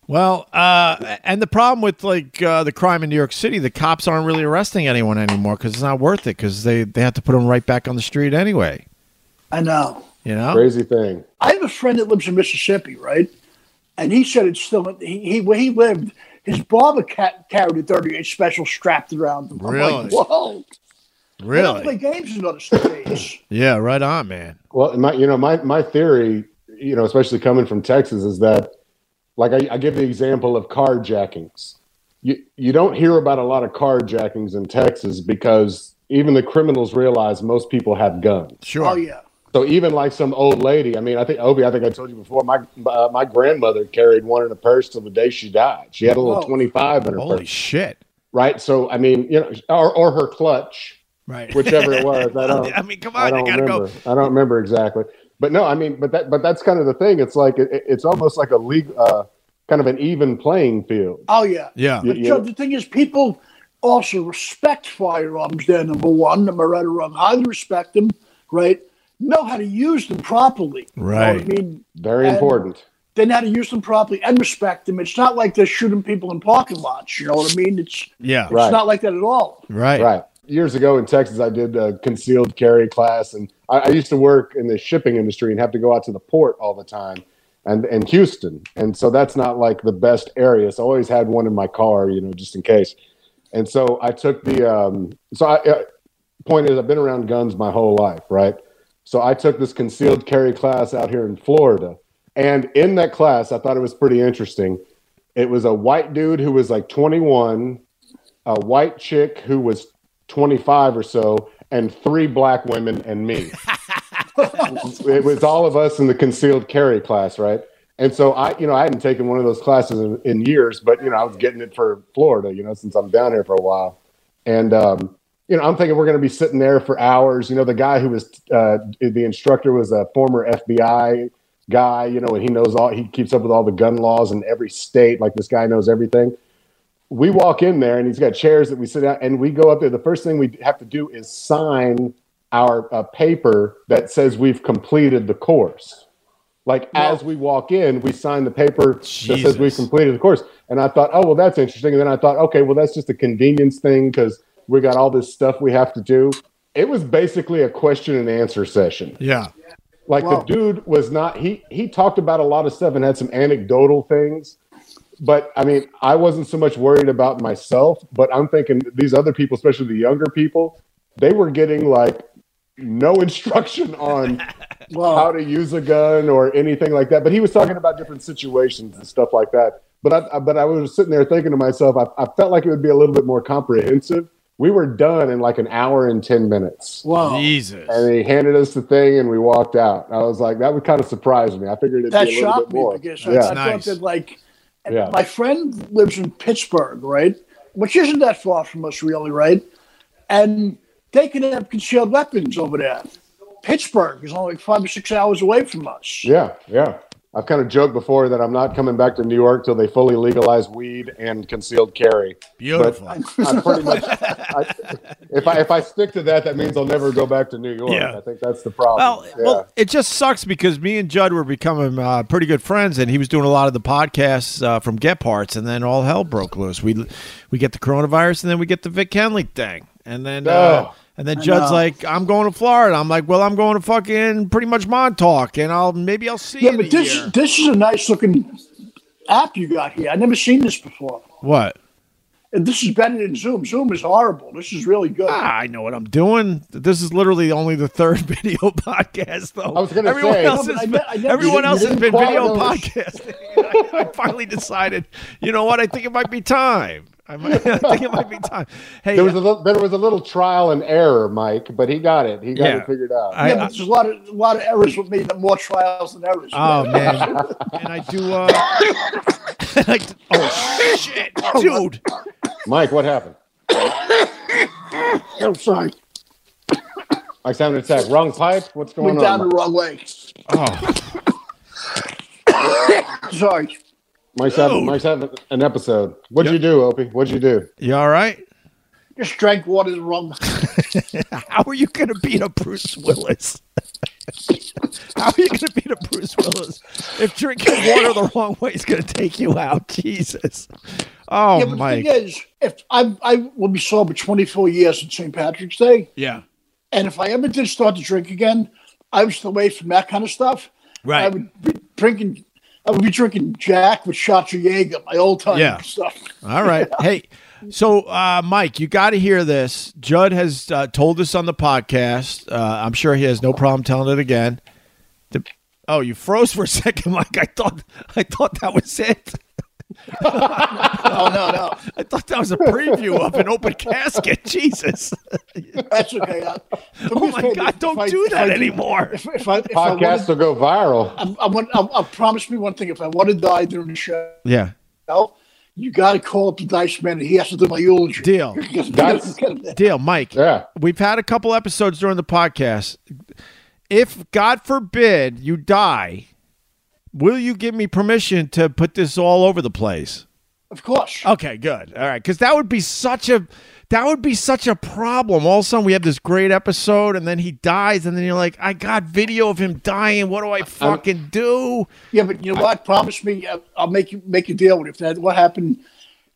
Well, uh, and the problem with like uh, the crime in New York City, the cops aren't really arresting anyone anymore because it's not worth it because they they have to put them right back on the street anyway.
I know.
You know,
Crazy thing.
uh, I have a friend that lives in Mississippi, right? And he said it's still he, he where he lived. His barber cat carried a 38 special strapped around him. I'm
Really?
like, whoa! They don't
really?
play games in other states.
yeah, right on, man.
Well, my, you know, my, my theory, you know, especially coming from Texas, is that, like, I, I give the example of carjackings. You, you don't hear about a lot of carjackings in Texas because even the criminals realize most people have guns.
Sure.
oh yeah.
So even like some old lady, I mean, I think Obi, I think I told you before, my uh, my grandmother carried one in her purse till the day she died. She had a little
Whoa.
twenty five in her
Holy
purse,
shit!
right? So I mean, you know, or or her clutch,
Right.
whichever it was. I don't.
I mean, come on,
I
you
don't
gotta
remember.
go.
I don't remember exactly. But no, I mean, but that, but that's kind of the thing. It's like it, it- it's almost like a league, uh, kind of an even playing field.
Oh yeah.
Yeah.
You-
But
you-
Joe, the thing is, people also respect firearms. They're number one. Am I right or wrong? Highly respect them, right? Know how to use them properly. You know what
Right.
I mean,
Very
And-
important.
they know how to use them properly and respect them. It's not like they're shooting people in parking lots. You know what I mean? It's
Yeah.
Right.
it's not like that at all.
Right.
Right. Years ago in Texas, I did a concealed carry class, and I, I used to work in the shipping industry and have to go out to the port all the time, and and Houston, and so that's not like the best area. So I always had one in my car, you know, just in case. And so I took the um, so I uh, point is I've been around guns my whole life, right? So I took this concealed carry class out here in Florida, and in that class, I thought it was pretty interesting. It was a white dude who was like 21, a white chick who was 25 or so and three black women and me. it was all of us in the concealed carry class, right? And so I, you know, I hadn't taken one of those classes in, in years, but you know, I was getting it for Florida, you know, since I'm down here for a while. And um, you know, I'm thinking we're going to be sitting there for hours. You know, the guy who was uh, the instructor was a former FBI guy, you know, and he knows all. He keeps up with all the gun laws in every state. Like this guy knows everything we walk in there and he's got chairs that we sit down and we go up there. The first thing we have to do is sign our uh, paper that says we've completed the course. Like as we walk in, we sign the paper that
Jesus.
says we've completed the course. And I thought, oh well, that's interesting. And then I thought, okay, well, that's just a convenience thing because we got all this stuff we have to do. It was basically a question and answer session
Yeah.
like
Wow.
the dude was not he he talked about a lot of stuff and had some anecdotal things but i mean i wasn't so much worried about myself but i'm thinking these other people especially the younger people they were getting like no instruction on
Well,
how to use a gun or anything like that but he was talking about different situations and stuff like that but i I- but i was sitting there thinking to myself i, I felt like it would be a little bit more comprehensive we were done in like an hour and 10 minutes
wow.
Jesus.
and he handed us the thing and we walked out. I was like, that would kind of surprise me. I figured it'd
that
be a little
shocked
bit
me
more.
because I, I
yeah,
thought
Nice.
that like
Yeah.
my friend lives in Pittsburgh, right? Which isn't that far from us, really, right? And they can have concealed weapons over there. Pittsburgh is only five or six hours away from us.
yeah, yeah. I've kind of joked before that I'm not coming back to New York till they fully legalize weed and concealed carry.
Beautiful.
I pretty much, I, if I if I stick to that, that means I'll never go back to New York.
Yeah.
I think that's the problem.
Well,
yeah.
well, it just sucks because me and Judd were becoming uh, pretty good friends, and he was doing a lot of the podcasts uh, from Get Parts, and then all hell broke loose. We we get the coronavirus, and then we get the Vic Henley thing, and then uh,
Oh.
and then Judd's
know.
like, "I'm going to Florida." I'm like, "Well, I'm going to fucking pretty much Montauk, and I'll maybe I'll see you."
Yeah,
in
but
a
this
year."
this is a nice looking app you got here. I've never seen this before.
what?
And this is better than Zoom. Zoom is horrible. This is really good.
Ah, I know what I'm doing. This is literally only the third video podcast, though.
I was gonna
everyone
say-
else
No, but
has
I
been,
ne- I never-
everyone
you
else has
didn't
been
quite
video
know.
podcasting. I, I finally decided, you know what? I think it might be time. I, might, I think it might be time. Hey,
there was a little, there was a little trial and error, Mike, but he got it. He got
Yeah.
it figured out.
I-
yeah, but there's a lot of a lot of errors with me. That more trials than errors.
Ah.
oh man, and I do. Uh, and I d- oh shit, dude!
Mike, what happened?
I'm sorry.
I sounded attack. Wrong pipe. What's going
Went down
on?
the wrong way.
Oh,
Sorry.
Mike's having,
Dude.
Mike's having an episode. What'd you do, Opie? What'd you do?
You all right?
Just drank water and rum.
How are you going to beat up Bruce Willis? How are you going to beat up Bruce Willis if drinking water the wrong way is going to take you out? Jesus. Oh,
yeah, but the
Mike.
thing is, if I I will be sober 24 years on St. Patrick's Day,
Yeah.
and if I ever did start to drink again, I was away from that kind of stuff. I
Right.
would be drinking. I would be drinking Jack with shots of Jaeger, my old time
Yeah.
stuff.
All right. Hey, so uh, Mike, you got to hear this. Judd has uh, told us on the podcast. Uh, I'm sure he has no problem telling it again. The- oh, you froze for a second, Mike. I thought I thought that was it.
Oh no, no,
I thought that was a preview of an open casket. Jesus.
that's okay. I, do
Oh
me a
my
favor,
God,
if
don't
I-
do
if
that
I-
anymore.
If, if I, if I,
Podcast
wanted,
will go viral.
I, I, want, I, I promise me one thing: if I want to die during the show,
Yeah.
you got to call up the Dice Man, and he has to do my eulogy.
Deal.
Dice-
Deal, Mike.
Yeah.
We've had a couple episodes during the podcast. If God forbid you die, will you give me permission to put this all over the place?
Of course.
Okay, good. All right, because that would be such a that would be such a problem. All of a sudden, we have this great episode, and then he dies, and then you're like, I got video of him dying. What do I fucking do?
Yeah, but you know what? Promise me, uh, I'll make you make a deal with it. If that what happened,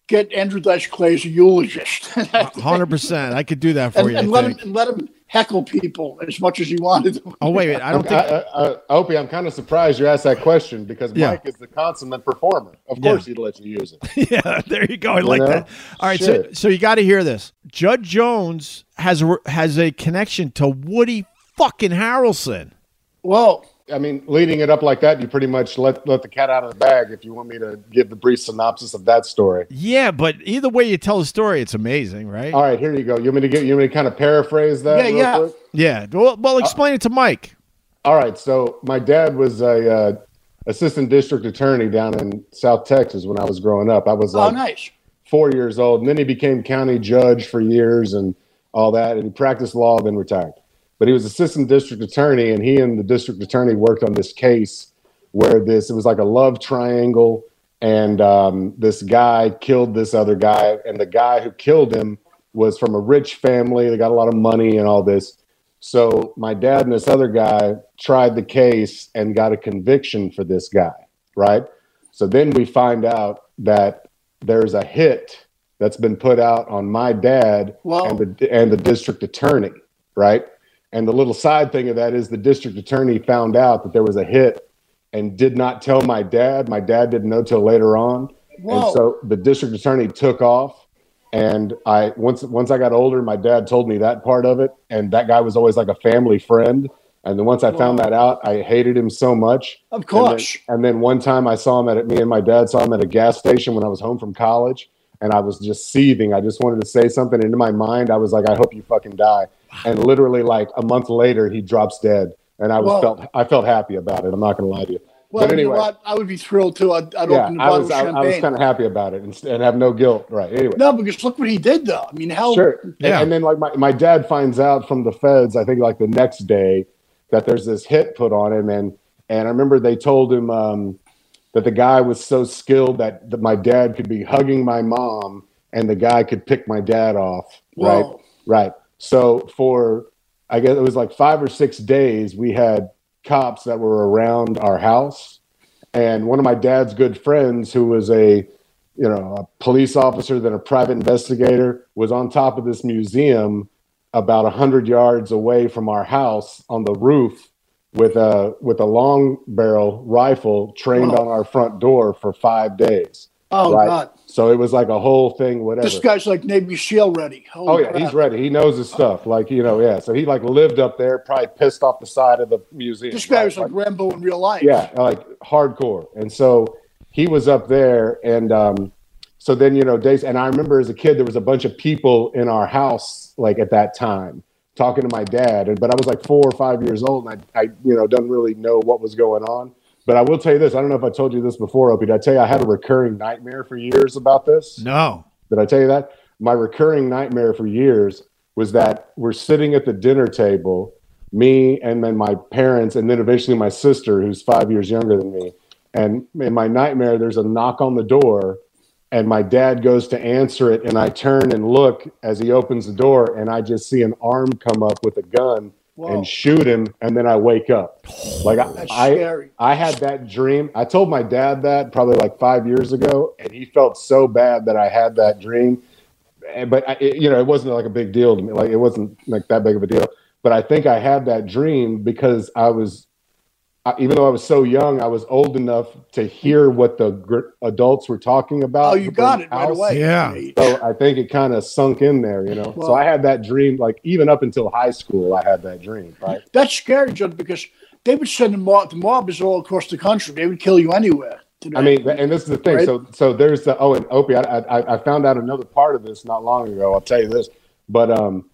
get Andrew Dice Clay as a eulogist, and,
Hundred percent, I could do that for you. I
and let him
think.
and let him heckle people as much as he wanted. to.
Oh wait, wait, I don't
I,
think.
I, I, Opie, I'm kind of surprised you asked that question because
Yeah.
Mike is the consummate performer. Of
Yeah.
course, he'd let you use it.
yeah, there you go. I like
know?
that. All right, so
Shit.
so you got to hear this. Judge Jones has a, has a connection to Woody fucking Harrelson.
Whoa.
I mean, leading it up like that, you pretty much let let the cat out of the bag. If you want me to give the brief synopsis of that story.
Yeah, but either way you tell the story, it's amazing, right?
All right, here you go. You want me to get you want me to kind of paraphrase that?
Yeah,
real
yeah.
Quick?
yeah. Well,
uh,
well explain it to Mike.
All right. So my dad was a uh, assistant district attorney down in South Texas when I was growing up. I was
Oh,
like
nice.
four years old, and then he became county judge for years and all that, and he practiced law, then retired. But he was assistant district attorney, and he and the district attorney worked on this case where this it was like a love triangle, and um, this guy killed this other guy, and the guy who killed him was from a rich family. They got a lot of money and all this. So my dad and this other guy tried the case and got a conviction for this guy, right? So then we find out that there's a hit that's been put out on my dad
Wow.
and the and the district attorney, right? And the little side thing of that is the district attorney found out that there was a hit and did not tell my dad. My dad didn't know till later on.
Whoa.
And so the district attorney took off and I once once I got older, my dad told me that part of it, and that guy was always like a family friend. And then once I found that out, I hated him so much.
Of course.
And then, and then one time I saw him at me and my dad saw him at a gas station when I was home from college, and I was just seething. I just wanted to say something into my mind. I was like, I hope you fucking die. And literally, like a month later, he drops dead, and I was
Whoa.
felt I felt happy about it. I'm not gonna lie to you.
Well,
but
you know
anyway,
what? I would be thrilled too. I'd, I'd
yeah,
open a
I
bottle
was
of
I,
champagne.
I was kind of happy about it and, st- and have no guilt. Right. Anyway.
no, because look what he did, though. I mean, how?
Sure. And-
Yeah.
And, then like my, my dad finds out from the feds, I think like the next day, that there's this hit put on him. And and I remember they told him um, that the guy was so skilled that, that my dad could be hugging my mom and the guy could pick my dad off. Right.
Whoa.
Right. So for I guess it was like five or six days we had cops that were around our house. And one of my dad's good friends who was a you know, a police officer, then a private investigator, was on top of this museum about a hundred yards away from our house on the roof with a with a long barrel rifle trained
Wow.
on our front door for five days.
Oh
Right.
God.
So it was like a whole thing, whatever.
This guy's like Navy SEAL ready. Holy
Oh yeah,
crap.
he's ready. He knows his stuff. Like you know, yeah. So he like lived up there, probably pissed off the side of the museum.
This guy
right?
was like Rambo in real life.
yeah, like hardcore. And so he was up there, and um, so then you know days. And I remember as a kid, there was a bunch of people in our house, like at that time, talking to my dad. And but I was like four or five years old, and I, I you know, don't really know what was going on. But I will tell you this: I don't know if I told you this before, Opie. Did I tell you I had a recurring nightmare for years about this?
No.
Did I tell you that? My recurring nightmare for years was that we're sitting at the dinner table, me and then my parents, and then eventually my sister, who's five years younger than me. And in my nightmare, there's a knock on the door, and my dad goes to answer it. And I turn and look as he opens the door, and I just see an arm come up with a gun
Whoa,
and shoot him. And then I wake up. Like I,
that's
I,
scary.
I had that dream. I told my dad that probably like five years ago, and he felt so bad that I had that dream. And- But I, it, you know, it wasn't like a big deal to me. Like it wasn't like that big of a deal. But I think I had that dream because I was, I, even though I was so young, I was old enough to hear what the gr- adults were talking about.
Oh, you got it right
house.
away.
Yeah.
So I think it kind of sunk in there, you know.
Well-
so I had that dream, like even up until high school, I had that dream. Right?
That's scary, Judd, because they would send the mob. The mob is all across the country. They would kill you anywhere. today.
I mean, th- and this is the thing.
Right.
So, so there's the oh, and Opie, I, I, I found out another part of this not long ago. I'll tell you this, but um,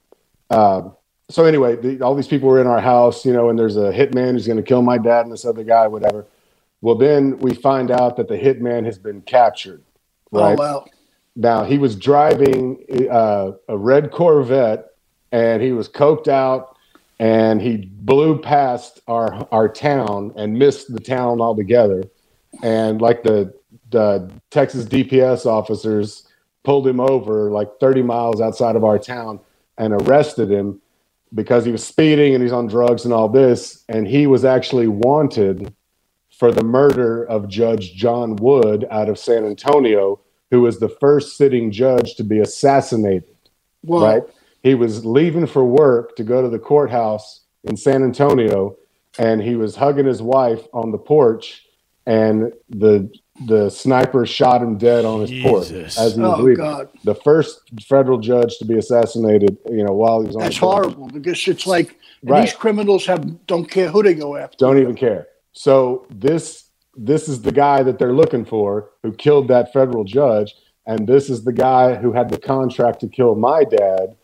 uh, so anyway, the, all these people were in our house, you know, and there's a hitman who's going to kill my dad and this other guy, whatever. Well, then we find out that the hitman has been captured. Right
oh wow.
now, he was driving uh, a red Corvette, and he was coked out, and he blew past our our town and missed the town altogether. And like the the Texas DPS officers pulled him over like 30 miles outside of our town and arrested him because he was speeding and he's on drugs and all this. And he was actually wanted for the murder of Judge John Wood out of San Antonio, who was the first sitting judge to be assassinated
Whoa.
right? He was leaving for work to go to the courthouse in San Antonio, and he was hugging his wife on the porch, and the the sniper shot him dead on his porch
Jesus.
as he was
Oh
leaving.
god,
The first federal judge to be assassinated, you know, while he was on
that's
the porch.
horrible. Because it's like and
Right.
these criminals have don't care who they go after.
Don't even care. So this this is the guy that they're looking for who killed that federal judge, and this is the guy who had the contract to kill my dad,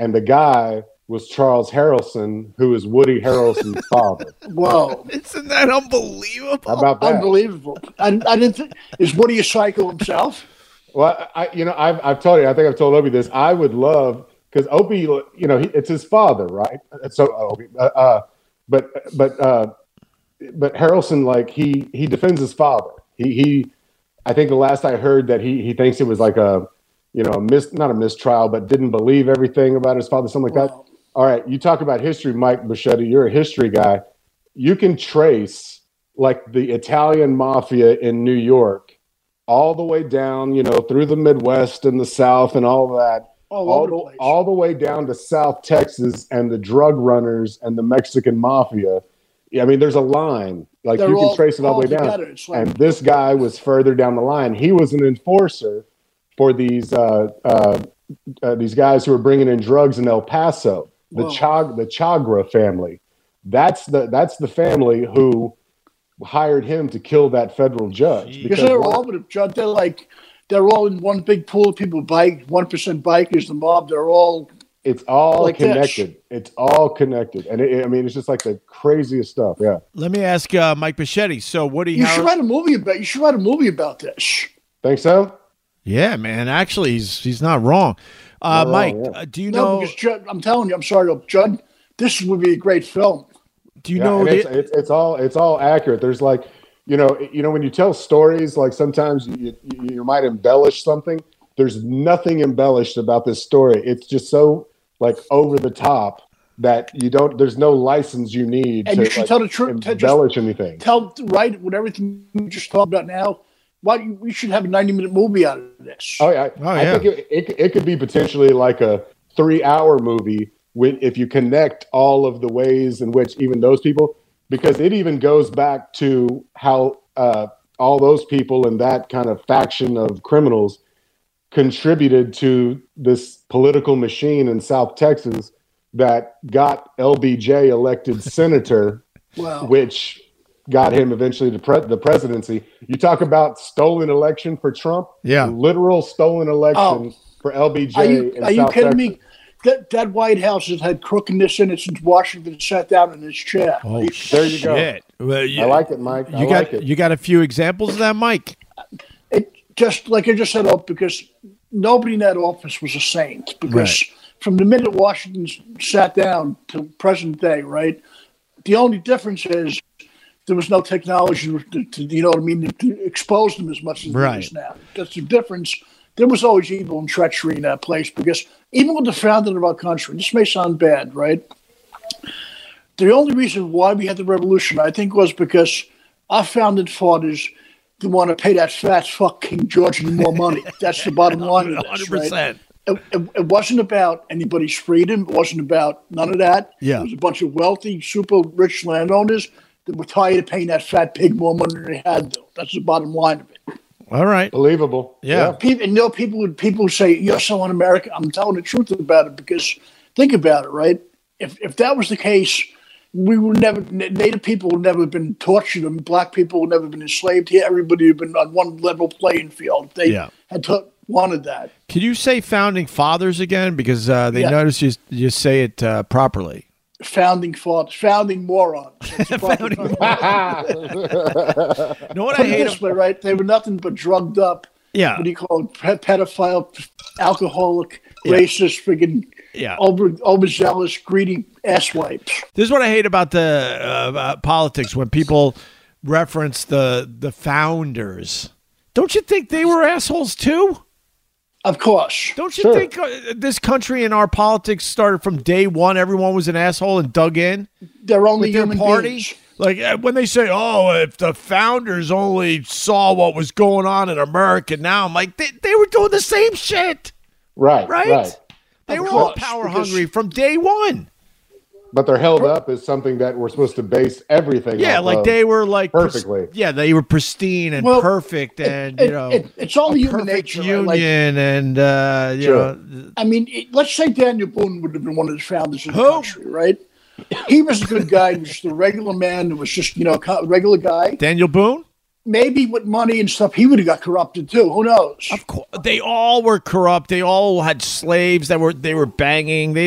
and the guy was Charles Harrelson, who is Woody Harrelson's father.
Whoa,
Isn't that unbelievable?
How about that?
unbelievable. And I didn't. Th- is Woody a psycho himself?
Well, I you know I've I've told you I think I've told Opie this. I would love because Opie you know he, it's his father, right? So Opie, uh, uh, but but uh, but Harrelson like he he defends his father. He he I think the last I heard that he he thinks it was like a you know a mis not a mistrial but didn't believe everything about his father something like that.
Wow.
All right, you talk about history, Mike Bichetti. You're a history guy. You can trace like the Italian mafia in New York, all the way down, you know, through the Midwest and the South and all that,
All
all
over
the,
the place.
all the way down to South Texas and the drug runners and the Mexican mafia. Yeah, I mean, there's a line. Like
They're
you can
all-
trace it all the way down
together. It's like
and this guy was further down the line. He was an enforcer for these uh, uh, uh, these guys who were bringing in drugs in El Paso, the
Whoa.
Chag the Chagra family. That's the that's the family who hired him to kill that federal judge.
because they're
one-
all over the Judd. They're like they're all in one big pool of people. Bike one percent bikers, the mob. They're all
it's all
like this.
connected. It's all connected, and it, I mean, it's just like the craziest stuff. Yeah.
Let me ask uh, Mike Bichetti. So Woody
You should
Harrelson.
write a movie about. You should write a movie about this.
Think so?
Yeah, man. Actually, he's he's not wrong. Uh,
Not wrong,
Mike,
yeah.
uh, do you
No,
know?
because Judd, I'm telling you, I'm sorry, Judd. This would be a great film.
Do you
Yeah,
know?
and
the-
it's, it's, it's all it's all accurate. There's like, you know, you know when you tell stories, like sometimes you, you you might embellish something. There's nothing embellished about this story. It's just so like over the top that you don't. There's no license you need
And
to
you should
like,
tell the truth. Ted, Just
embellish anything.
tell right what everything we just talked about now. Why you- we should have a 90 minute movie out of this?
Oh yeah, I,
Oh,
I
yeah.
think it, it it could be potentially like a three hour movie with if you connect all of the ways in which even those people because it even goes back to how uh, all those people and that kind of faction of criminals contributed to this political machine in South Texas that got LBJ elected senator
wow.
which got him eventually to pre- the presidency. You talk about stolen election for Trump.
Yeah.
Literal stolen election for LBJ.
Oh. are you
in
are you
South
kidding
Texas.
me? That that White House has had crookedness in it since Washington sat down in his chair.
oh,
There you go.
shit. Well, you,
I like it, Mike. I
you got
like it.
you got a few examples of that, Mike.
it just like I just said, up because nobody in that office was a saint. Because from the minute Washington s- sat down to present day, right, the only difference is there was no technology to, to you know what I mean to, to expose them as much as there
Right.
is now. That's the difference. There was always evil and treachery in that place because even with the founding of our country, this may sound bad, right? The only reason why we had the revolution, I think, was because our founding fathers didn't want to pay that fat fuck King George any more money. That's the bottom line. One hundred
100%.
it, it, it wasn't about anybody's freedom. It wasn't about none of that.
Yeah.
It was a bunch of wealthy, super rich landowners that were tired of paying that fat pig more money than they had, though. That's the bottom line of it.
All
Oh.
right.
Believable.
Yeah.
People, and you know, people would people would say, You're so un American. I'm telling the truth about it because think about it, right? If, if that was the case, we would never, N- Native people would never have been tortured, and black people would never have been enslaved here. Everybody would have been on one level playing field. They
Yeah.
had to, wanted that.
Can you say founding fathers again? Because uh, they
Yeah.
notice you you say it uh, properly.
founding fathers, founding morons. That's the proper term.
You know what I
Put it
hate?
this way, right? They were nothing but drugged up.
Yeah.
What do you call it? Pe- pedophile, alcoholic, racist, friggin'
Yeah.
over overzealous, greedy asswipes.
This is what I hate about the uh, uh, politics when people reference the the founders. Don't you think they were assholes too?
Of course.
Don't you
Sure.
think uh, this country and our politics started from day one? Everyone was an asshole and dug in
They're only
with their
human
party.
beings.
Like uh, when they say, "Oh, if the founders only saw what was going on in America now," I'm like, they, they were doing the same shit,
Right.
right?
Right.
They
Of
were all
course,
power
because-
hungry from day one.
But they're held up as something that we're supposed to base everything.
Yeah,
off
like
of.
they were like pres-
Perfectly.
yeah, they were pristine and
Well,
perfect, and
It-
you know,
it- it's all human
perfect
nature. right?
union,
Like,
and uh, you
Sure.
know,
I mean, it- let's say Daniel Boone would have been one of the founders of the
Who?
country, right? He was a good guy. He was just a regular man. who was just, you know, a regular guy.
Daniel Boone.
maybe with money and stuff, he would have got corrupted too. Who knows?
Of course, they all were corrupt. They all had slaves that were they were banging. They,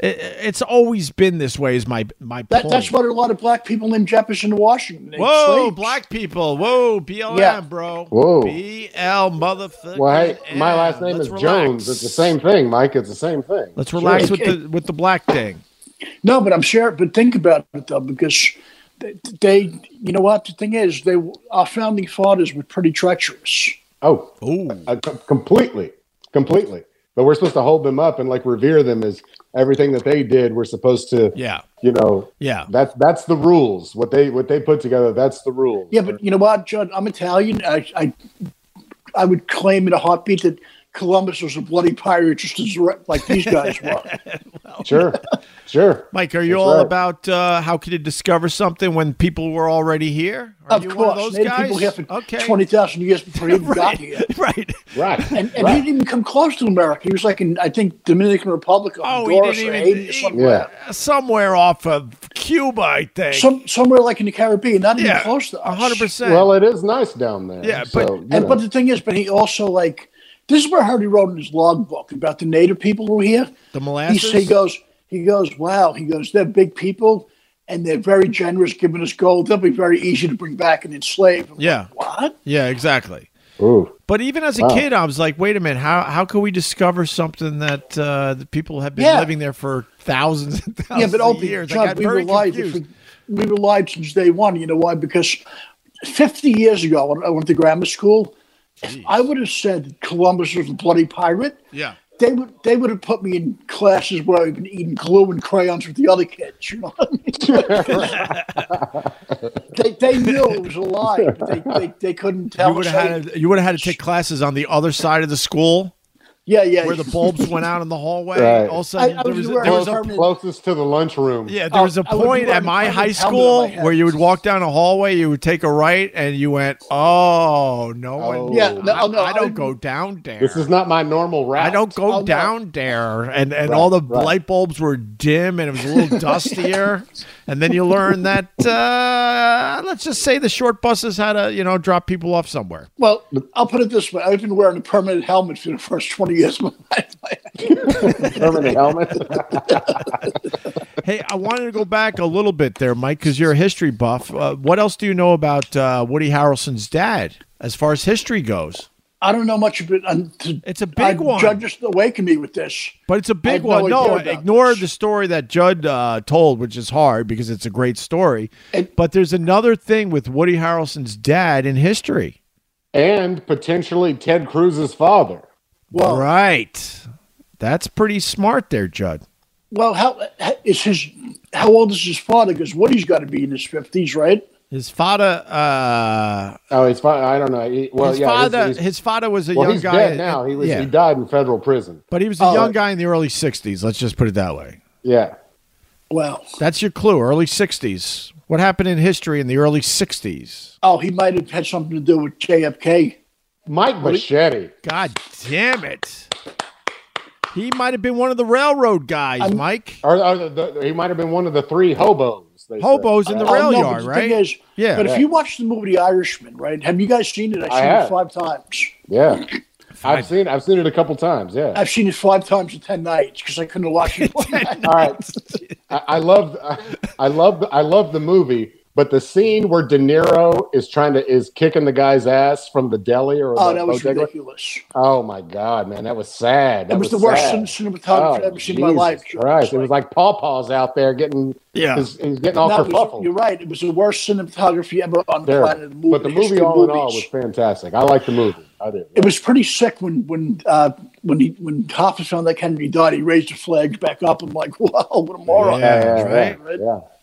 it, it's always been this way. Is my my
That,
point.
that's what a lot of black people named Jefferson in Washington. they
Whoa,
slaves.
black people. Whoa, BLM,
Yeah.
bro.
Whoa.
BL motherfucker.
Well, hey, my last name is Jones. It's the same thing, Mike. It's the same thing.
Let's relax
Sure.
with the with the black thing.
No, but I'm sure. But think about it though, because they, they you know what the thing is, they our founding fathers were pretty treacherous.
Oh,
Oh,
uh, com- completely, completely. But we're supposed to hold them up and like revere them as everything that they did. We're supposed to,
yeah,
you know,
yeah.
that's that's the rules. What they what they put together, that's the rules.
Yeah, but you know what, Judd? I'm Italian. I I, I would claim in a heartbeat that Columbus was a bloody pirate, just as re- like these guys were.
sure, sure.
Mike, are you
That's
all
right.
about uh, how could you discover something when people were already here? Are
of
you
course,
one of those
Native
guys?
people here for
okay,
twenty thousand years before he even got here.
right.
Right,
And, and
right.
he didn't even come close to America. He was like in, I think, Dominican Republic or
Oh,
Honduras
he
or
didn't
Haiti
even
or something.
Yeah.
uh, somewhere off of Cuba, I think.
Some, somewhere like in the Caribbean, not even
yeah,
close to us.
hundred percent.
Well, it is nice down there.
Yeah,
so,
but-
you
And,
know.
but the thing is, but he also, like, this is where Hardy wrote in his logbook about the native people who were here.
the
He,
molasses.
he goes, he goes, wow, he goes, they're big people and they're very generous giving us gold. They'll be very easy to bring back and enslave. I'm like,
Yeah.
what?
yeah, exactly.
Ooh.
But even as a
Wow.
kid, I was like, wait a minute, how how can we discover something that uh, the people have been
Yeah.
living there for thousands and thousands
yeah, but
of
Opie,
years? I
John,
got
we
very
relied.
confused.
We relied since day one. You know why? Because 50 years ago, when I went to grammar school, if I would have said Columbus was a bloody pirate,
Yeah.
they would they would have put me in classes where I've been eating glue and crayons with the other kids. You know what I mean? they, they knew it was a lie. But they, they, they couldn't tell.
You would
us.
have had to, you would have had to take classes on the other side of the school
yeah, yeah.
where the bulbs went out in the hallway.
Right.
All of a sudden,
I- I
there was,
was
a-
aware
there was
of
a
that.
closest to the lunchroom.
yeah, there
Oh,
was a
I would
point
wear
at
a
my
fucking
high
helmet on
school
my head.
where you would walk down a hallway, you would take a right, and you went, "Oh no, one,
Oh.
yeah, no,
I,
no,
I don't
would-
go down there.
This is not my normal route.
I don't go
Oh, no.
down there. And and all the
right.
light bulbs were dim and it was a little dustier. And then you learn that uh, let's just say the short buses had to, you know, drop people off somewhere.
Well, I'll put it this way: I've been wearing a permanent helmet for the first 20 years of my life.
permanent helmet.
Hey, I wanted to go back a little bit there, Mike, because you're a history buff. Uh, what else do you know about uh, Woody Harrelson's dad as far as history goes?
I don't know much about. and to-
It's a big
I-
one.
Uh, Judge just awakened me with this.
But it's a big
no
one.
idea
No,
about
ignore
this.
the story that Judd uh, told, which is hard because it's a great story.
It-
but there's another thing with Woody Harrelson's dad in history.
and potentially Ted Cruz's father.
Well,
right. That's pretty smart there, Judd.
well, how is his? How old is his father? Because Woody's got to be in his fifties, right?
His father, uh,
Oh, his father. I don't know. He, well,
his
yeah, he's-
father,
he's,
his father was a
well,
young
he's
guy. uh,
dead now. He was.
yeah.
He died in uh, federal prison.
but he was a
Oh.
young guy in the early '60s. Let's just put it that way.
Yeah.
Well,
That's your clue. Early '60s. What happened in history in the early '60s?
oh, he might have had something to do with JFK.
Mike Machete.
God damn it! He might have been one of the railroad guys,
I'm-
Mike.
Or, or the, the, he might have been one of the three hobos. they said.
Hobos in the
I-
Oh,
rail
no, but
yard,
the
right?
Thing is,
Yeah.
But
Yeah.
if you watch the movie The Irishman, right? Have you guys seen it? I've
I
seen
have.
it five times.
Yeah. I've seen. I've seen it a couple times. Yeah.
I've seen it five times in ten nights because I couldn't watch it. Oh, one night.
All right. I, I love, I love, I love the movie, but the scene where De Niro is trying to is kicking the guy's ass from the deli or
Oh,
the
that was
bodega.
ridiculous.
Oh my god, man, that was sad. That
It was the worst
sad. Oh,
cin- cinematography I've ever seen in my
Jesus
life.
Christ, it was like pawpaws out there getting,
Yeah.
he's, he's getting all
That was- you're
kerfuffled.
right. It was the worst cinematography ever on the
There,
planet. movie-
but the movie,
history of
all in all, was
movies.
fantastic. I like the movie. I did.
it was pretty sick when when uh, when he when Hoffa found that Kennedy died. He raised the flags back up. I'm like, wow, what a moron!
Yeah,
yeah,
right.
yeah,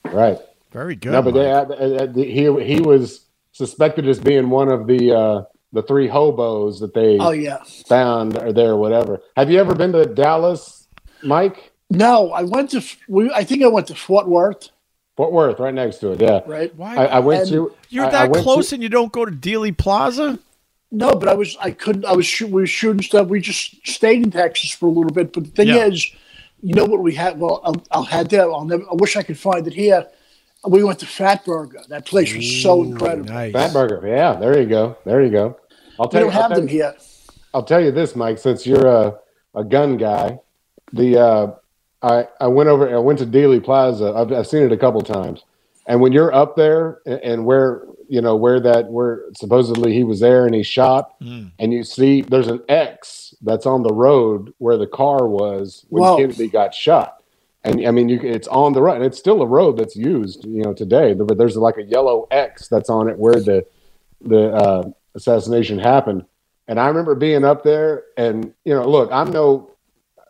yeah, right.
Very good.
No, but
Mike.
they, uh, uh, uh, he he was suspected as being one of the uh, the three hobos that they
Oh yeah.
found or there, whatever. Have you ever been to Dallas, Mike?
No, I went to. We, I think I went to Fort Worth.
Fort Worth, right next to it. Yeah,
Right.
Why?
I, I went
And
to.
You're
I- I
that
went to-
close and you don't go to Dealey Plaza?
No, but I was. I couldn't. I was. shoo- We were shooting stuff. We just stayed in Texas for a little bit. But the thing
Yeah.
is, you know what we had? Well, I'll, I'll had that. I'll never. I wish I could find it here. We went to Fatburger. That place was so incredible.
Nice.
Fat Burger. Yeah, there you go. There you go. I'll
They don't
tell you, I'll
have
tell
them
you-
here.
I'll tell you this, Mike, since you're a, a gun guy, the uh, I I went over I went to Dealey Plaza. I've, I've seen it a couple times, and when you're up there and, and where you know where that where supposedly he was there and he shot,
Mm.
and you see there's an X that's on the road where the car was when
Whoa.
Kennedy got shot. And I mean, you, can- it's on the road, and it's still a road that's used, you know, today. But there's like a yellow X that's on it where the the uh, assassination happened. And I remember being up there, and you know, look, I'm no,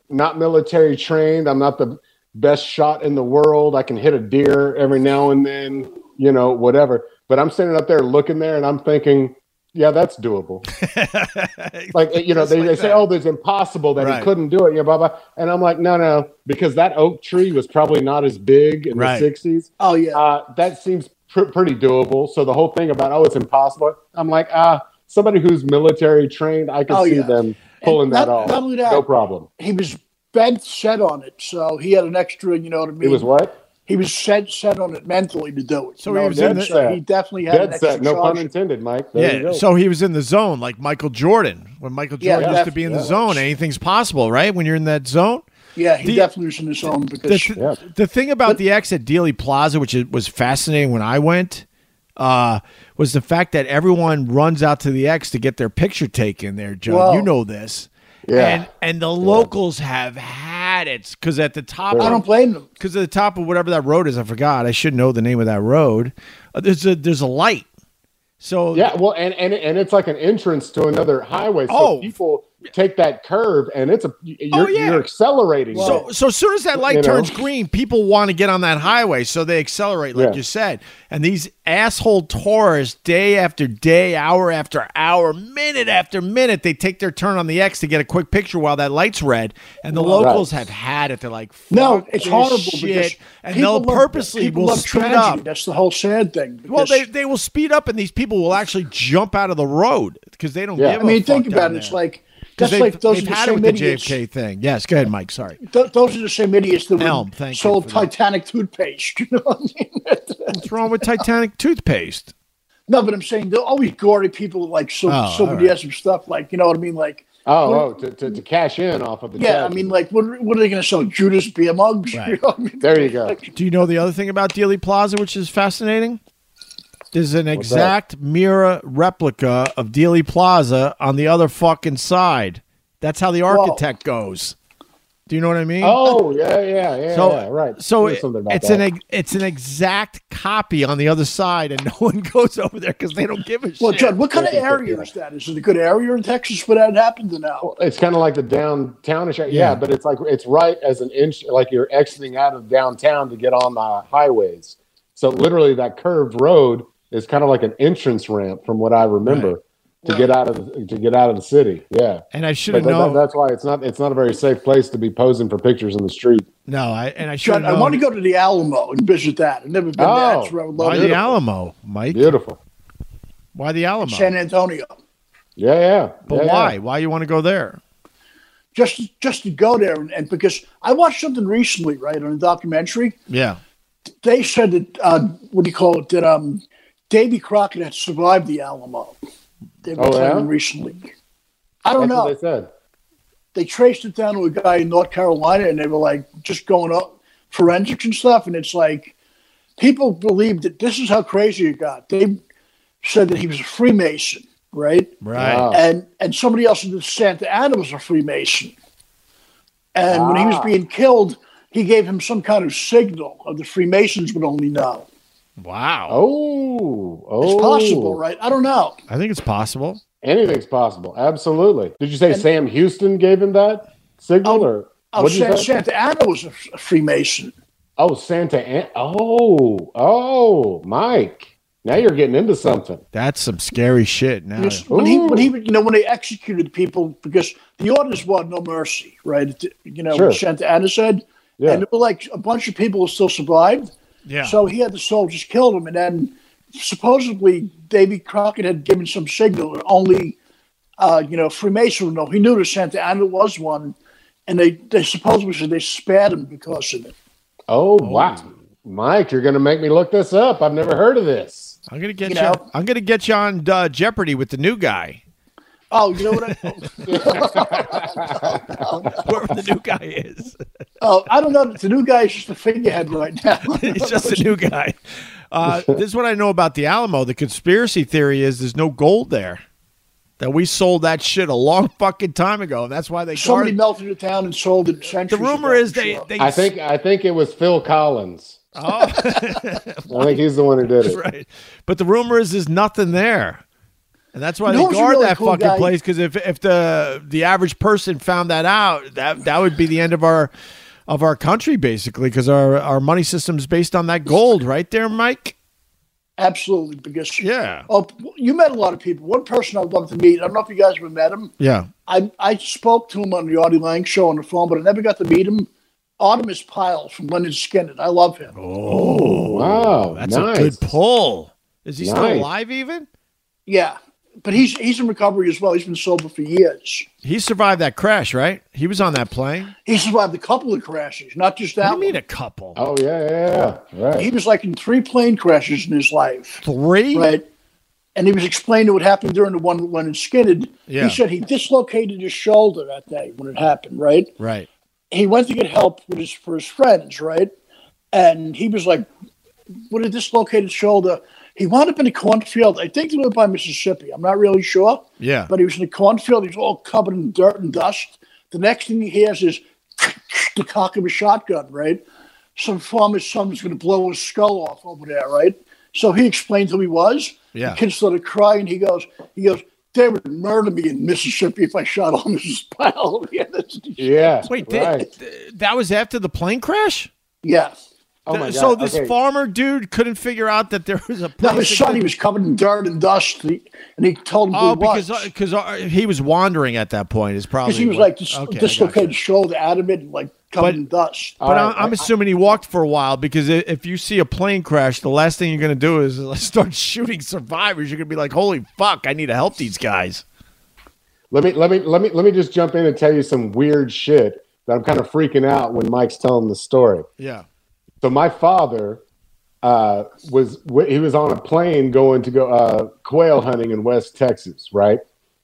not military trained. I'm not the best shot in the world. I can hit a deer every now and then, you know, whatever. But I'm standing up there looking there, and I'm thinking, yeah, that's doable. Like you know,
Just
they,
like
they say,
that.
oh, there's impossible that
Right.
he couldn't do it, you know, blah blah. And I'm like, no, no, because that oak tree was probably not as big in
Right.
the '60s.
Oh yeah.
Uh, that seems pr- pretty doable. So the whole thing about oh, it's impossible. I'm like, ah, somebody who's military trained, I can
Oh,
see
yeah.
them pulling
And not-
that off.
not only that-
no problem.
he was bent set on it, so he had an extra. You know what I mean?
It was what?
He was set set on it mentally to do it.
So
you
he
know
was
what I
in
mean?
the-
So he definitely had an
Dead
extra
set. No pun
charge.
intended, Mike. There you
Yeah.
go.
So he was in the zone like Michael Jordan. When Michael
Yeah,
Jordan used to be in the
definitely.
zone, anything's possible, right? When you're in that zone.
Yeah, he
The-
definitely was in his own because
The, th-
Yeah.
the thing about the X at Dealey Plaza, which is, was fascinating when I went, uh, was the fact that everyone runs out to the X to get their picture taken there, Joe.
Whoa.
You know this.
Yeah.
And, and the locals have had it because at the top,
I don't blame them.
because at the top of whatever that road is, I forgot. I should know the name of that road. Uh, there's a there's a light. So
yeah, well, and, and and it's like an entrance to another highway. So
Oh.
people take that curve, and it's a you're,
Oh, yeah.
you're accelerating.
So,
Oh.
it.
so as soon as that light
You know.
turns green, people want to get on that highway, so they accelerate, like
Yeah.
you said. And these asshole tourists, day after day, hour after hour, minute after minute, they take their turn on the X to get a quick picture while that light's red. And the locals have had it. They're like,
No,
"Fuck
it's
this
horrible because
shit," and
people
they'll
love-
purposely
people
will
love
speed
tragedy.
up.
That's the whole sad thing.
Well,
because-
they, they will speed up, and these people will actually jump out of the road because they don't
Yeah.
give
I mean,
a fuck
think
down
about it.
there.
It's like that's
'Cause they've,
like those are
they've
the
had it
same
with the
idiots.
JFK thing. Yes, go ahead, Mike. Sorry.
Th- those are the same idiots that
Elm,
would
thank you
sold
for that.
Titanic toothpaste. You know what I mean?
What's wrong with Titanic toothpaste?
no, but I'm saying they're always gory people like so
Oh, all
somebody
right.
has some stuff like you know what I mean like.
oh, oh to, to, to cash in off of the
Yeah, I
tragedy.
mean, like, what, are- what are they going to sell? Judas beer mugs?
Right.
You know what I mean?
There you go.
Like,
Do you know the other thing about Dealey Plaza, which is fascinating? There's an
What's that?
exact mirror replica of Dealey Plaza on the other fucking side. That's how the architect goes. Do you know what I mean?
Oh yeah, yeah, yeah, yeah right.
So
There's
it-
something about
it's
that.
an ex- it's an exact copy on the other side, and no one goes over there because they don't give a
Well,
shit.
Judd, what kind of area is that? Is it a good area in Texas for that happened to now?
It's kind of like the downtownish. Yeah.
Yeah.
yeah, but it's like it's right as an inch, like you're exiting out of downtown to get on the highways. So literally, that curved road is kind of like an entrance ramp, from what I remember, to get out of to get out of the city. Yeah,
and I should
but
have
that,
known.
that's why it's not it's not a very safe place to be posing for pictures in the street.
no, I and I should have
Judd, I
known.
want to go to the Alamo and visit that. I've never been there.
Oh,
That's where I would love
Um, Why
to
the
go.
Alamo, Mike?
Beautiful.
Why the Alamo?
San Antonio.
Yeah, yeah.
but
yeah,
why?
yeah.
Why you want to go there?
Just just to go there and, and because I watched something recently, right, on a documentary.
Yeah.
They said that uh, what do you call it? That um Davy Crockett had survived the Alamo. They were
Oh, yeah?
claiming recently. I don't
That's
know.
what they said.
they traced it down to a guy in North Carolina, and they were like just going up forensics and stuff. And it's like people believed that this is how crazy it got. They said that he was a Freemason, right?
Right.
Wow.
And and somebody else in the Santa Ana was a Freemason. And when he was
Ah.
being killed, he gave him some kind of signal of the Freemasons would only know.
Wow.
Oh, oh,
It's possible, right? I don't know.
I think it's possible.
Anything's possible. Absolutely. Did you say Sam Houston gave him that signal?
Oh,
or
Oh,
what'd you
San,
say?
Santa Ana was a, a Freemason.
Oh, Santa An- Oh, oh, Mike. Now you're getting into something.
That's some scary shit. Now,
Because when he when
Ooh.
he you know when they executed people because the orders were no mercy, right? It- You know,
Sure.
Santa Anna said,
Yeah.
and it was like a bunch of people still survived.
yeah.
So he had the soldiers kill them, and then supposedly Davy Crockett had given some signal that only uh, you know Freemason would know. He knew that Santa Anna was one, and they they supposedly said they spared him because of it.
Oh, wow. Mike, you're going to make me look this up. I've never heard of this.
I'm gonna get you.
you know.
I'm gonna get you on uh, Jeopardy with the new guy.
Oh, you know what? I,
Whoever the new guy is,
oh, I don't know. The new guy is just a figurehead right now.
he's just a new guy. Uh, this is what I know about the Alamo. The conspiracy theory is there's no gold there. That we sold that shit a long fucking time ago. and That's why they
Somebody
guarded.
melted it down and sold it
The
centuries
rumor
ago,
is they.
sure.
they
I think I think it was Phil Collins.
Oh,
I think he's the one who did it.
right. But the rumor is there's nothing there. And that's why
You know
they
what's a
guard
really
that
cool
fucking
guy?
place because if, if the the average person found that out, that that would be the end of our of our country basically because our our money system's based on that gold right there, Mike.
absolutely because
Yeah,
Oh, you met a lot of people. One person I'd love to meet. I don't know if you guys ever met him.
yeah.
I I spoke to him on the Audie Lang show on the phone, but I never got to meet him. Artemis Pyle from London Skinner. I love him.
Oh,
Wow.
that's
nice.
a good pull. Is he still
Nice.
alive? Even
Yeah, but he's he's in recovery as well. He's been sober for years.
he survived that crash, right? He was on that plane.
He survived a couple of crashes, not just
What do
that
you mean
one.
a couple?
Oh, yeah, yeah, yeah. Right.
He was like in three plane crashes in his life.
Three?
right? And he was explaining what happened during the one when it skidded.
Yeah.
He said he dislocated his shoulder that day when it happened, right?
Right.
He went to get help with his, for his friends, right? And he was like, with a dislocated shoulder, he wound up in a cornfield. I think he lived by Mississippi. I'm not really sure,
Yeah.
but he was in a cornfield. He was all covered in dirt and dust. The next thing he hears is the cock of a shotgun, right? Some farmer's son was going to blow his skull off over there, right? So he explained who he was.
Yeah.
The kid started crying. He goes, he goes, they would murder me in Mississippi if I shot on Mrs. Powell. yeah, that's,
Yeah.
Wait, th-
right.
th- that was after the plane crash.
yeah.
oh, my God.
so this
okay.
farmer dude couldn't figure out that there was a
No, his
place. that
son, he
could-
was covered in dirt and dust, and he, and he told him
oh,
who he was.
because because uh, he was wandering at that point. Is probably
Because he was
what-
like dis-
okay, I
dislocated
gotcha.
shoulder out of it, and, like covered
But-
in dust.
But I'm,
All right,
I'm
I-
assuming he walked for a while because i- if you see a plane crash, the last thing you're going to do is uh, start shooting survivors. You're going to be like, "Holy fuck! I need to help these guys."
Let me let me let me let me just jump in and tell you some weird shit that I'm kind of freaking out when Mike's telling the story.
Yeah.
So my father uh, was w- he was on a plane going to go uh, quail hunting in West Texas, right?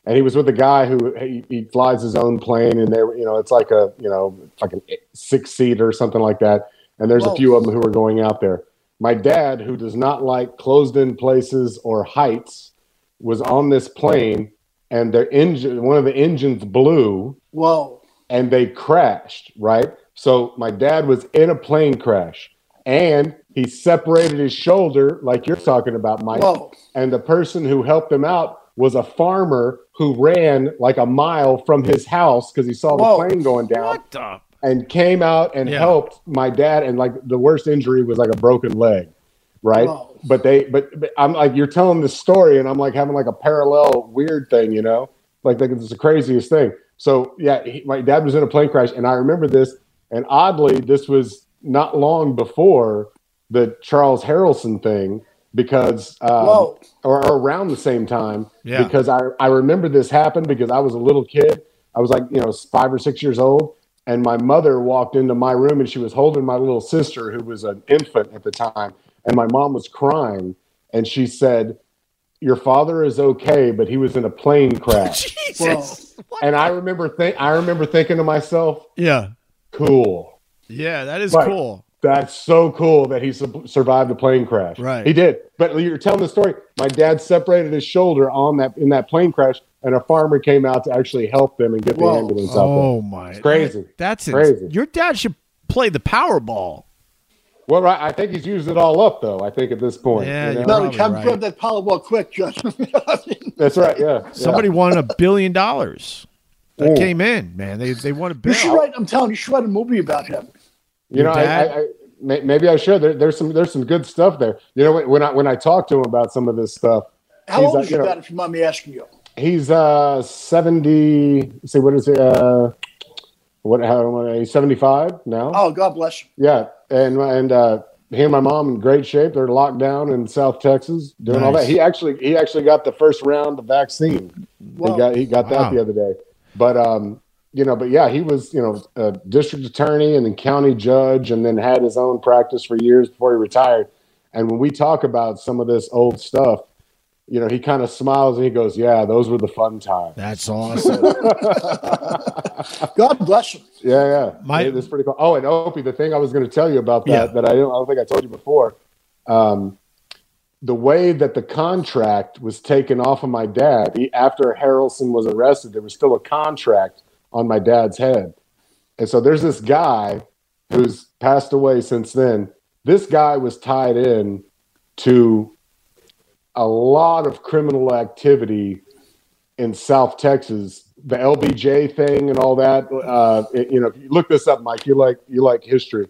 And he was with a guy who he, he flies his own plane, and there you know it's like a you know like an six seat or something like that. And there's
Whoa.
a few of them who are going out there. My dad, who does not like closed in places or heights, was on this plane and their engine, one of the engines blew
Whoa.
and they crashed, right? So my dad was in a plane crash and he separated his shoulder, like you're talking about, Mike.
Whoa.
And the person who helped him out was a farmer who ran like a mile from his house because he saw the
Whoa.
plane going down
What the?
and came out and
Yeah.
helped my dad and like the worst injury was like a broken leg right
Wow.
but they but, but i'm like you're telling this story and i'm like having like a parallel weird thing you know like, like it's the craziest thing so yeah he, my dad was in a plane crash and i remember this and oddly this was not long before the charles harrelson thing because uh,
Whoa.
or, or around the same time
Yeah.
because I, I remember this happened because I was a little kid. I was like, you know, five or six years old. And my mother walked into my room and she was holding my little sister, who was an infant at the time. And my mom was crying. And she said, Your father is okay, but he was in a plane crash.
Jesus. What?
and I remember think I remember thinking to myself,
Yeah.
cool.
Yeah, that is
Right.
cool.
That's so cool that he su- survived a plane crash.
Right.
He did. But you're telling the story. My dad separated his shoulder on that in that plane crash, and a farmer came out to actually help them and get
Whoa.
the ambulance out there.
Oh my.
crazy.
That's ins-
Crazy.
Your dad should play the Powerball.
Well, right. I think he's used it all up, though. I think at this point.
Yeah,
you know?
you're
No,
probably
come
right.
grab that Powerball quick, Judge.
that's right. Yeah.
Somebody won a billion dollars. That
Ooh.
came in, man. They they won a
Oh. you
bill.
should write. I'm telling you, you should write a movie about him.
Yeah. You know,
Your
I,
dad?
I, I, may- maybe I should. There, there's some there's some good stuff there. You know, when I when I talk to him about some of this stuff,
How
He's
old
like,
is your
you know-
dad, if you mind me asking you?
he's uh 70. let's See what is it? Uh, what? How? He's 75 now.
Oh, God bless you.
Yeah, and and uh, he and my mom in great shape. They're locked down in South Texas doing all
Nice.
that. He actually he actually got the first round of vaccine.
Wow.
He got he got
Wow.
that the other day. But um, you know, but yeah, he was you know a district attorney and then county judge, and then had his own practice for years before he retired. And when we talk about some of this old stuff, you know, he kind of smiles and he goes, "Yeah, those were the fun times."
That's awesome.
God bless him.
Yeah, yeah.
My-
My, that's pretty cool. Oh, and Opie, the thing I was going to tell you about that
Yeah.
that I don't, I don't think I told you before, um, the way that the contract was taken off of my dad he, after Harrelson was arrested, there was still a contract on my dad's head, and so there's this guy who's passed away since then. This guy was tied in to a lot of criminal activity in South Texas, the LBJ thing and all that. Uh, it- you know, if you look this up, Mike. You like you like history.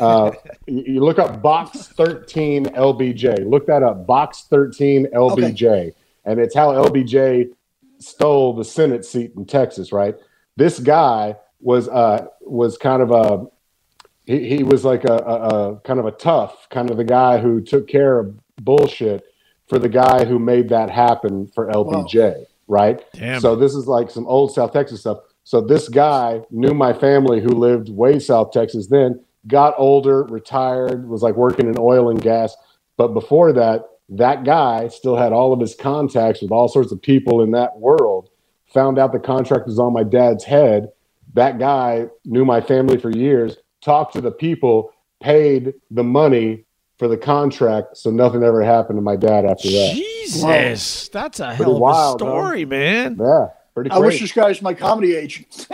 Uh, you you look up Box 13 LBJ. Look that up. Box 13 LBJ, and it's how LBJ stole the Senate seat in Texas. Right. This guy was uh, was kind of a he, he was like a, a, a kind of a tough kind of the guy who took care of bullshit for the guy who made that happen for LBJ, right?
Damn.
So this is like some old South Texas stuff. So this guy knew my family who lived way South Texas then, got older, retired, was like working in oil and gas. But before that, that guy still had all of his contacts with all sorts of people in that world. Found out the contract was on my dad's head. That guy knew my family for years, talked to the people, paid the money for the contract, so nothing ever happened to my dad after that.
Jesus, that's a hell of
wild,
a
huh?
story, man.
Yeah, pretty
I wish
crazy.
this guy was my comedy agent.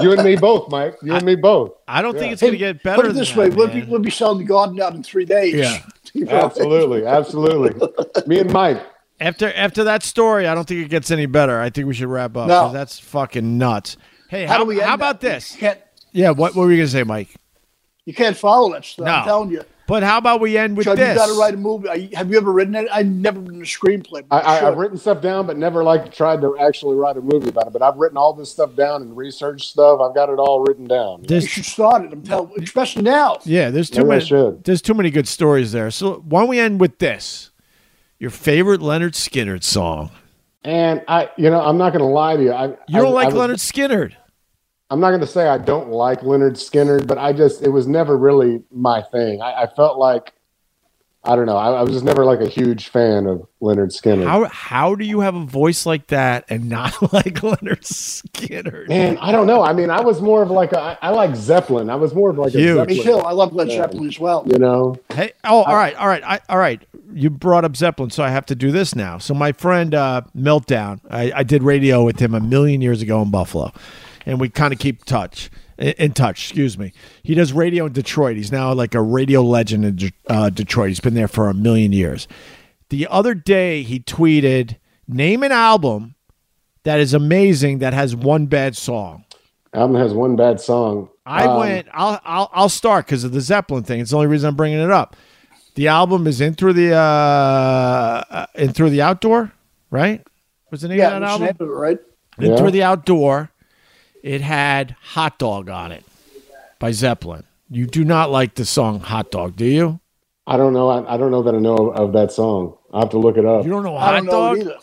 you and me both, Mike. You and me both.
I don't think
Yeah.
it's gonna get better.
Put it
than
this
that,
way, we'll be,
man.
we'll be selling the garden out in three days.
Yeah.
You know?
Absolutely, absolutely. Me and Mike.
after after that story, I don't think it gets any better. I think we should wrap up.
No.
'cause that's fucking nuts. Hey,
How,
how,
do we end
how
that?
about this?
You can't,
Yeah, what, what were you gonna say, Mike?
you can't follow that stuff. I'm
No.
telling you.
But how about we end with
Chud, you
this?
got to write a movie. Are you- Have you ever written it? I've never written a screenplay.
I,
but you
I, I've
should.
written stuff down, but never like tried to actually write a movie about it. But I've written all this stuff down and researched stuff. I've got it all written down.
you
There's-
should start it. I'm telling, especially now.
yeah, there's too
Maybe I
many.
should.
There's too many good stories there. So why don't we end with this? Your favorite Leonard Skinner song.
And I, you know, I'm not going to lie to you. I,
You don't
I-
like
I was-
Leonard Skinner.
I'm not going to say I don't like Leonard Skinner, but I just it was never really my thing. I, I felt like I don't know. I, I was just never like a huge fan of Leonard Skinner.
How how do you have a voice like that and not like Leonard Skinner?
Man, I don't know. I mean, I was more of like a, I like Zeppelin. I was more of like
Huge.
a
Me
Zeppelin.
too. I love Led
Yeah.
Zeppelin as well.
You know,
Hey, oh, all right, all right, I, all right. You brought up Zeppelin, so I have to do this now. So my friend uh, Meltdown, I, I did radio with him a million years ago in Buffalo, and we kind of keep touch in, in touch. Excuse me. He does radio in Detroit. He's now like a radio legend in De- uh, Detroit. He's been there for a million years. The other day, he tweeted, "Name an album that is amazing that has one bad song."
album has one bad song.
I
Um,
went. I'll I'll I'll start because of the Zeppelin thing. It's the only reason I'm bringing it up. The album is in through the uh, uh in through the outdoor, right? Was the name
Yeah,
of that
what's the
album?
name of it, right?
In
Yeah.
through the outdoor. It had "Hot Dog" on it by Zeppelin. You do not like the song "Hot Dog," do you?
I don't know. I, I don't know that I know of, of that song. I have to look it up.
You don't know
I
"Hot
don't know
Dog."
it either.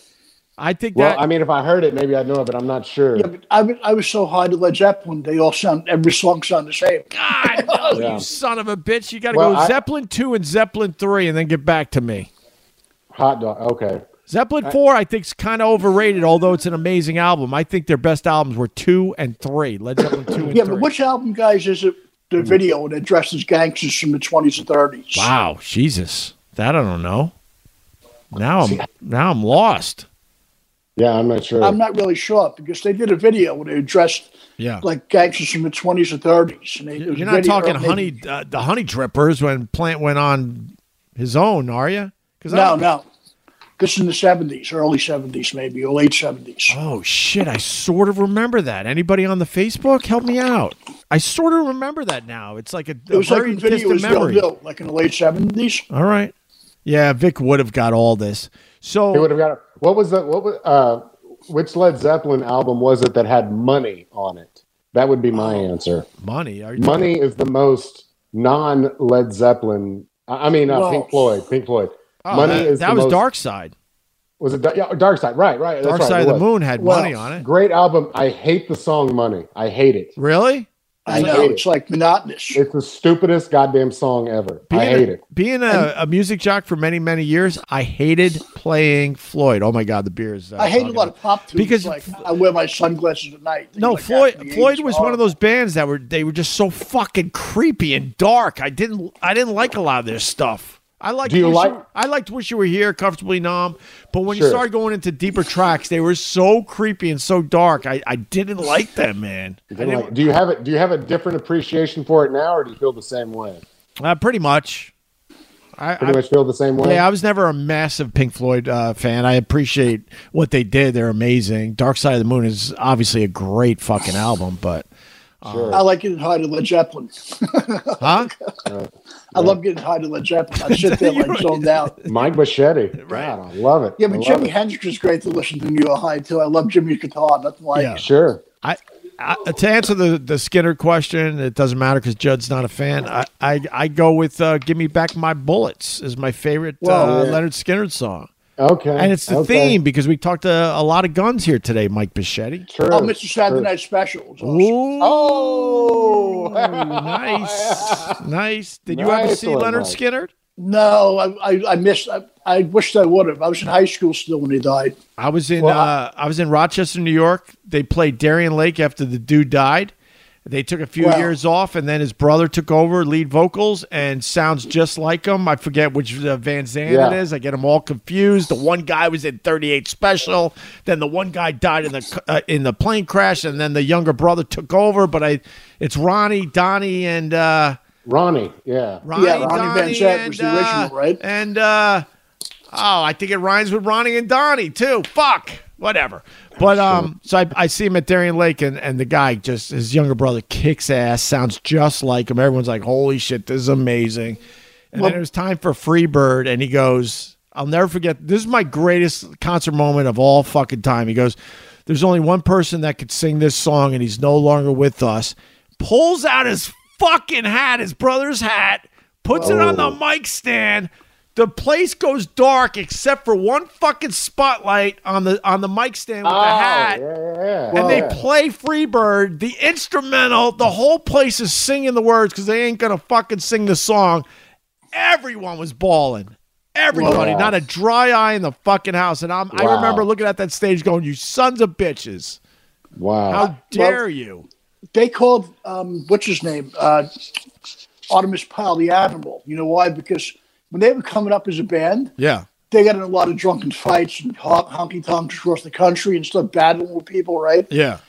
I think
Well,
that
I mean, if I heard it, maybe I'd know it, but I'm not sure.
Yeah, but I, was- I was so hard to Led Zeppelin. They all sound every song sound the same.
God, no,
Yeah.
oh, you son of a bitch! You got to
Well,
go
I-
Zeppelin two and Zeppelin three, and then get back to me.
Hot dog. Okay.
Zeppelin four, I think, is kind of overrated. Although it's an amazing album, I think their best albums were two and three. Led Zeppelin two and
Yeah,
three.
but which album, guys, is it? The
Mm-hmm.
video and it dresses gangsters from the twenties and thirties.
wow, Jesus, that I don't know. Now I'm now I'm lost.
Yeah, I'm not sure.
I'm not really sure because they did a video where they dressed
Yeah,
like gangsters from the twenties and thirties. And they, it was
you're not
video-
talking
or maybe-
honey uh, the honey drippers when Plant went on his own, are you? Because
No, no. This is in the seventies, early seventies, maybe or late seventies.
Oh shit! I sort of remember that. Anybody on the Facebook, help me out. I sort of remember that now. It's like a,
it
a
was like
very
the video
distant
was real
memory.
new, like in the late seventies.
All right. Yeah, Vic would have got all this. So
He would have got it. What was the what was uh which Led Zeppelin album was it that had money on it? That would be my
Oh.
answer.
money. Are you,
Money is the most non Led Zeppelin. I I mean, uh,
Whoa.
Pink Floyd. Pink Floyd.
Oh,
money
that,
is
that
the
was
most-
Dark Side.
Was it Dar- yeah, Dark Side? Right, right. that's
Dark
right,
Side
it
of the
was.
Moon had
Well,
money on it.
Great album. I hate the song Money. I hate it.
Really?
I
It's
know
like-
it's like monotonous.
It's the stupidest goddamn song ever. I hate
a,
it.
Being a, a music jock for many many years, I hated playing Floyd. Oh my god, the beers.
I hate a lot of pop tunes.
Because-
Because like I wear my sunglasses at night. things
No,
like that
Floyd.
from the
Floyd
80s.
was one of those bands that were they were just so fucking creepy and dark. I didn't I didn't like a lot of their stuff. I liked
Do you
Wish
like-
I liked Wish You Were Here, Comfortably Numb, but when you
Sure.
started going into deeper tracks, they were so creepy and so dark. I, I didn't like them, man. I didn't-
Like, do you have it? Do you have a different appreciation for it now, or do you feel the same way?
uh, pretty much. I,
Pretty
I-
much feel the same way.
Yeah, I was never a massive Pink Floyd uh, fan. I appreciate what they did; they're amazing. Dark Side of the Moon is obviously a great fucking album, but
sure.
I like getting high to Led Zeppelin.
Oh,
huh?
I love getting high to Led Zeppelin. I sit there like zoned out.
Mike Bichetti.
Right.
God, I love it.
Yeah,
I
but
love
Jimi
it.
Hendrix was great to listen to when you were high too. I love Jimmy's guitar. Nothing like
Yeah.
it.
Sure.
I, I to answer the the Skinner question, it doesn't matter because Judd's not a fan. I I, I go with uh, "Give Me Back My Bullets" is my favorite
Whoa.
uh, Leonard Skinner song,
Okay.
and it's the
okay.
theme because we talked to a lot of guns here today, Mike Bichetti.
True.
Oh, Mr. Saturday
True.
Night Special. was awesome.
Ooh,
Oh.
nice, nice. Did you ever
Nice
see
one,
Leonard
Mike.
Skinner?
No, I, I, I missed. I, I wished I would have. I was in high school still when he died.
I was in
Well, I-
uh, I was in Rochester, New York. They played Darien Lake after the dude died. They took a few
Wow.
years off, and then his brother took over lead vocals and sounds just like him. I forget which uh, Van Zandt
Yeah.
it is. I get them all confused. The one guy was in 38 Special. Then the one guy died in the c- uh, in the plane crash, and then the younger brother took over. But I, it's Ronnie, Donnie, and uh,
Ronnie. Yeah.
Ronnie,
Yeah, Ronnie Van
Donnie,
Zant was
and,
the original,
uh,
right?
And uh, oh, I think it rhymes with Ronnie and Donnie too. Fuck, whatever. But um, so I, I see him at Darien Lake, and and the guy just his younger brother kicks ass, sounds just like him. Everyone's like, "Holy shit, this is amazing!" And then it was time for Freebird, and he goes, "I'll never forget. This is my greatest concert moment of all fucking time." He goes, "There's only one person that could sing this song, and he's no longer with us." Pulls out his fucking hat, his brother's hat, puts it on the mic stand. The place goes dark except for one fucking spotlight on the on the mic stand with
Oh,
the hat.
yeah, yeah, yeah.
And they play Freebird, the instrumental, the whole place is singing the words because they ain't gonna fucking sing the song. everyone was bawling. Everybody,
Wow.
not a dry eye in the fucking house. And I'm, I
Wow.
remember looking at that stage going, "You sons of bitches!
Wow.
How dare you?"
They called um, what's his name uh, Artemis Powell the Admiral. You know why? Because when they were coming up as a band,
Yeah,
they got in a lot of drunken fights and honky tonks across the country and stuff, battling with people, right?
yeah.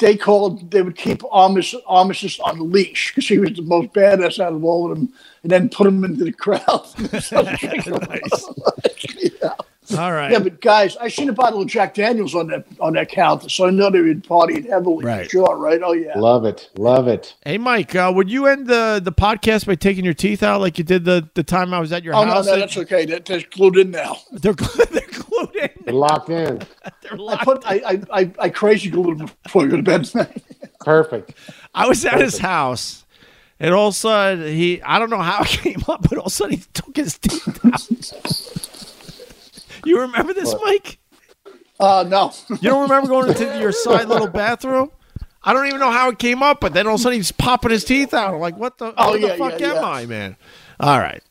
They called, they would keep Armis, Armistice on a leash because he was the most badass out of all of them and then put him into the crowd. yeah.
All right,
Yeah, but guys, I seen a bottle of Jack Daniels on that on that counter, so I know they would party heavily.
Right.
Sure, right? Oh, yeah.
Love it. Love it.
Hey, Mike, uh, would you end the, the podcast by taking your teeth out like you did the, the time I was at your
Oh, no,
house? eh?
no, that's okay. That, that's glued in now.
they're, glu- they're glued in.
We're locked in.
They're
I
locked.
put I I, I, I crazy glued it before you go to bed tonight.
Perfect.
I was at his house, and all of a sudden, he, I don't know how it came up, but all of a sudden, he took his teeth out. you remember this, Mike?
Uh, no.
Oh,
You don't remember going into your side little bathroom? I don't even know how it came up, but then all of a sudden, he's popping his teeth out. I'm like, what the,
Oh,
where
yeah,
the fuck
yeah,
am
yeah.
I, man? All right.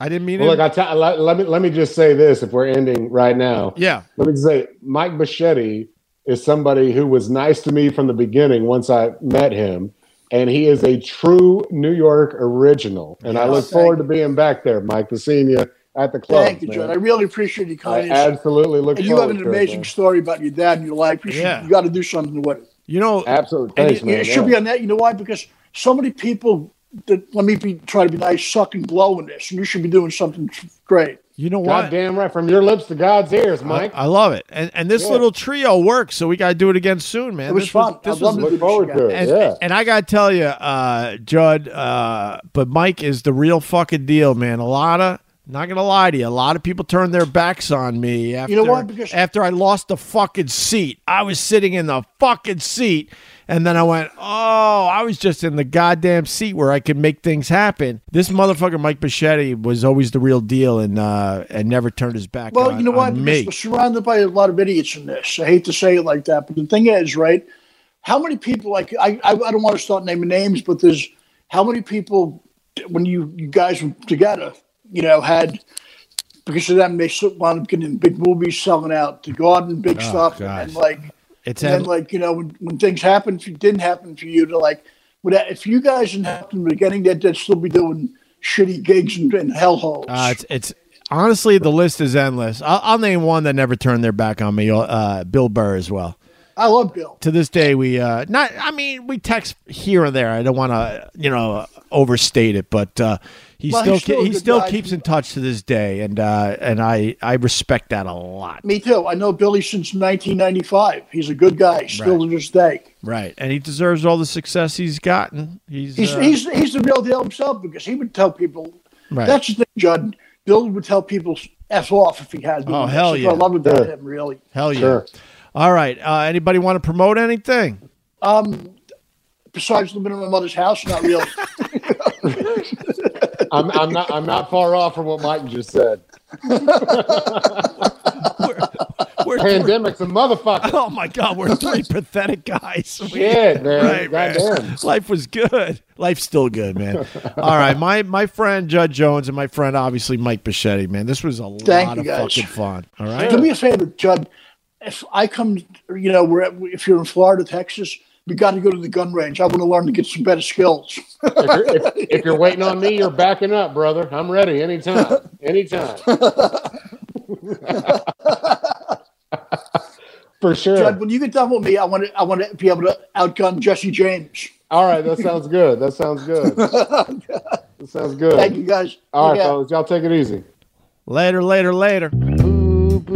I didn't mean
Well,
it.
look, I t- let, let me let me just say this: if we're ending right now,
yeah.
let me just say Mike Bichetti is somebody who was nice to me from the beginning once I met him, and he is a true New York original. And I
Yes,
look
thank
forward to being back there, Mike, to seeing you at the club.
Thank you,
man.
John. I really appreciate your
I
kindness.
absolutely look
and you
forward
have an
to
amazing
it.
story about your dad and your life. You, should-
Yeah.
you got to do something with it.
You know,
Man. Absolutely,
And
thanks,
it,
man.
it should be on that. You know why? Because so many people that let me be try to be nice, suck and blow in this, and you should be doing something great.
you know what?
God damn right, from your lips to God's ears, Mike.
I love it. And and this
Yeah.
little trio works, so we got to do it again soon, man.
It was
This
fun.
this
I'd love
was-
to
look forward to it.
and,
yeah.
and I got to tell you, uh, Judd, uh, but Mike is the real fucking deal, man. A lot of, not going to lie to you, a lot of people turned their backs on me after,
know why? Because-
after I lost the fucking seat. I was sitting in the fucking seat. And then I went, oh, I was just in the goddamn seat where I could make things happen. This motherfucker, Mike Bichetti, was always the real deal and uh, and never turned his back
Well,
on,
you know what?
on me.
We're surrounded by a lot of idiots in this. I hate to say it like that, but the thing is, right? How many people like I? I, I don't want to start naming names, but there's how many people when you you guys were together, you know, had because of them they still wound up getting in big movies, selling out the garden, big
Oh,
stuff,
God.
and like
It's
and then,
endless.
like you know when, when things happen for, didn't happen for you to like would that, if you guys didn't happen to be getting that they'd still be doing shitty gigs and, and hellholes
Uh, it's, it's honestly the list is endless. I'll, I'll name one that never turned their back on me. Uh, Bill Burr as well.
i love bill
To this day, we uh, not. I mean, we text here and there. I don't want to, you know, overstate it, but uh, he
Well, he's still a
still, ke- he
good
still
guy.
keeps in touch to this day, and uh, and I I respect that a lot.
me too i know billy since 1995 he's a good guy still
Right.
to this day
Right, and he deserves all the success he's gotten. He's,
he's,
uh,
he's, he's the real deal himself because he would tell people
Right.
that's the thing judd bill would tell people f off if he had them.
Oh,
That's
hell
what
yeah.
i love about
Yeah.
him really
hell yeah.
Sure.
All right, uh, anybody want to promote anything?
besides living in my mother's house not really
I'm, I'm not. I'm not far off from what Mike just said.
We're, we're,
Pandemic's a motherfucker.
oh my god, we're three pathetic guys. We-
Shit, man.
Right,
Goddamn.
man. Life was good. Life's still good, man. All right, my my friend Judd Jones and my friend obviously Mike Bichetti, man. This was a
Thank
lot
you,
of
guys.
fucking fun. All right,
Do me a favor, Judd. If I come, you know, we're at, if you're in Florida, Texas, we got to go to the gun range. I want to learn to get some better skills.
if, you're, if, if you're waiting on me, you're backing up, brother. I'm ready anytime. Anytime. For sure.
Judd, when you get done with me, I want to, I want to be able to outgun Jesse James.
All right, that sounds good. That sounds good. That sounds
Thank
good.
you guys.
All right,
Take care.
fellas, y'all take it easy.
later, later, later.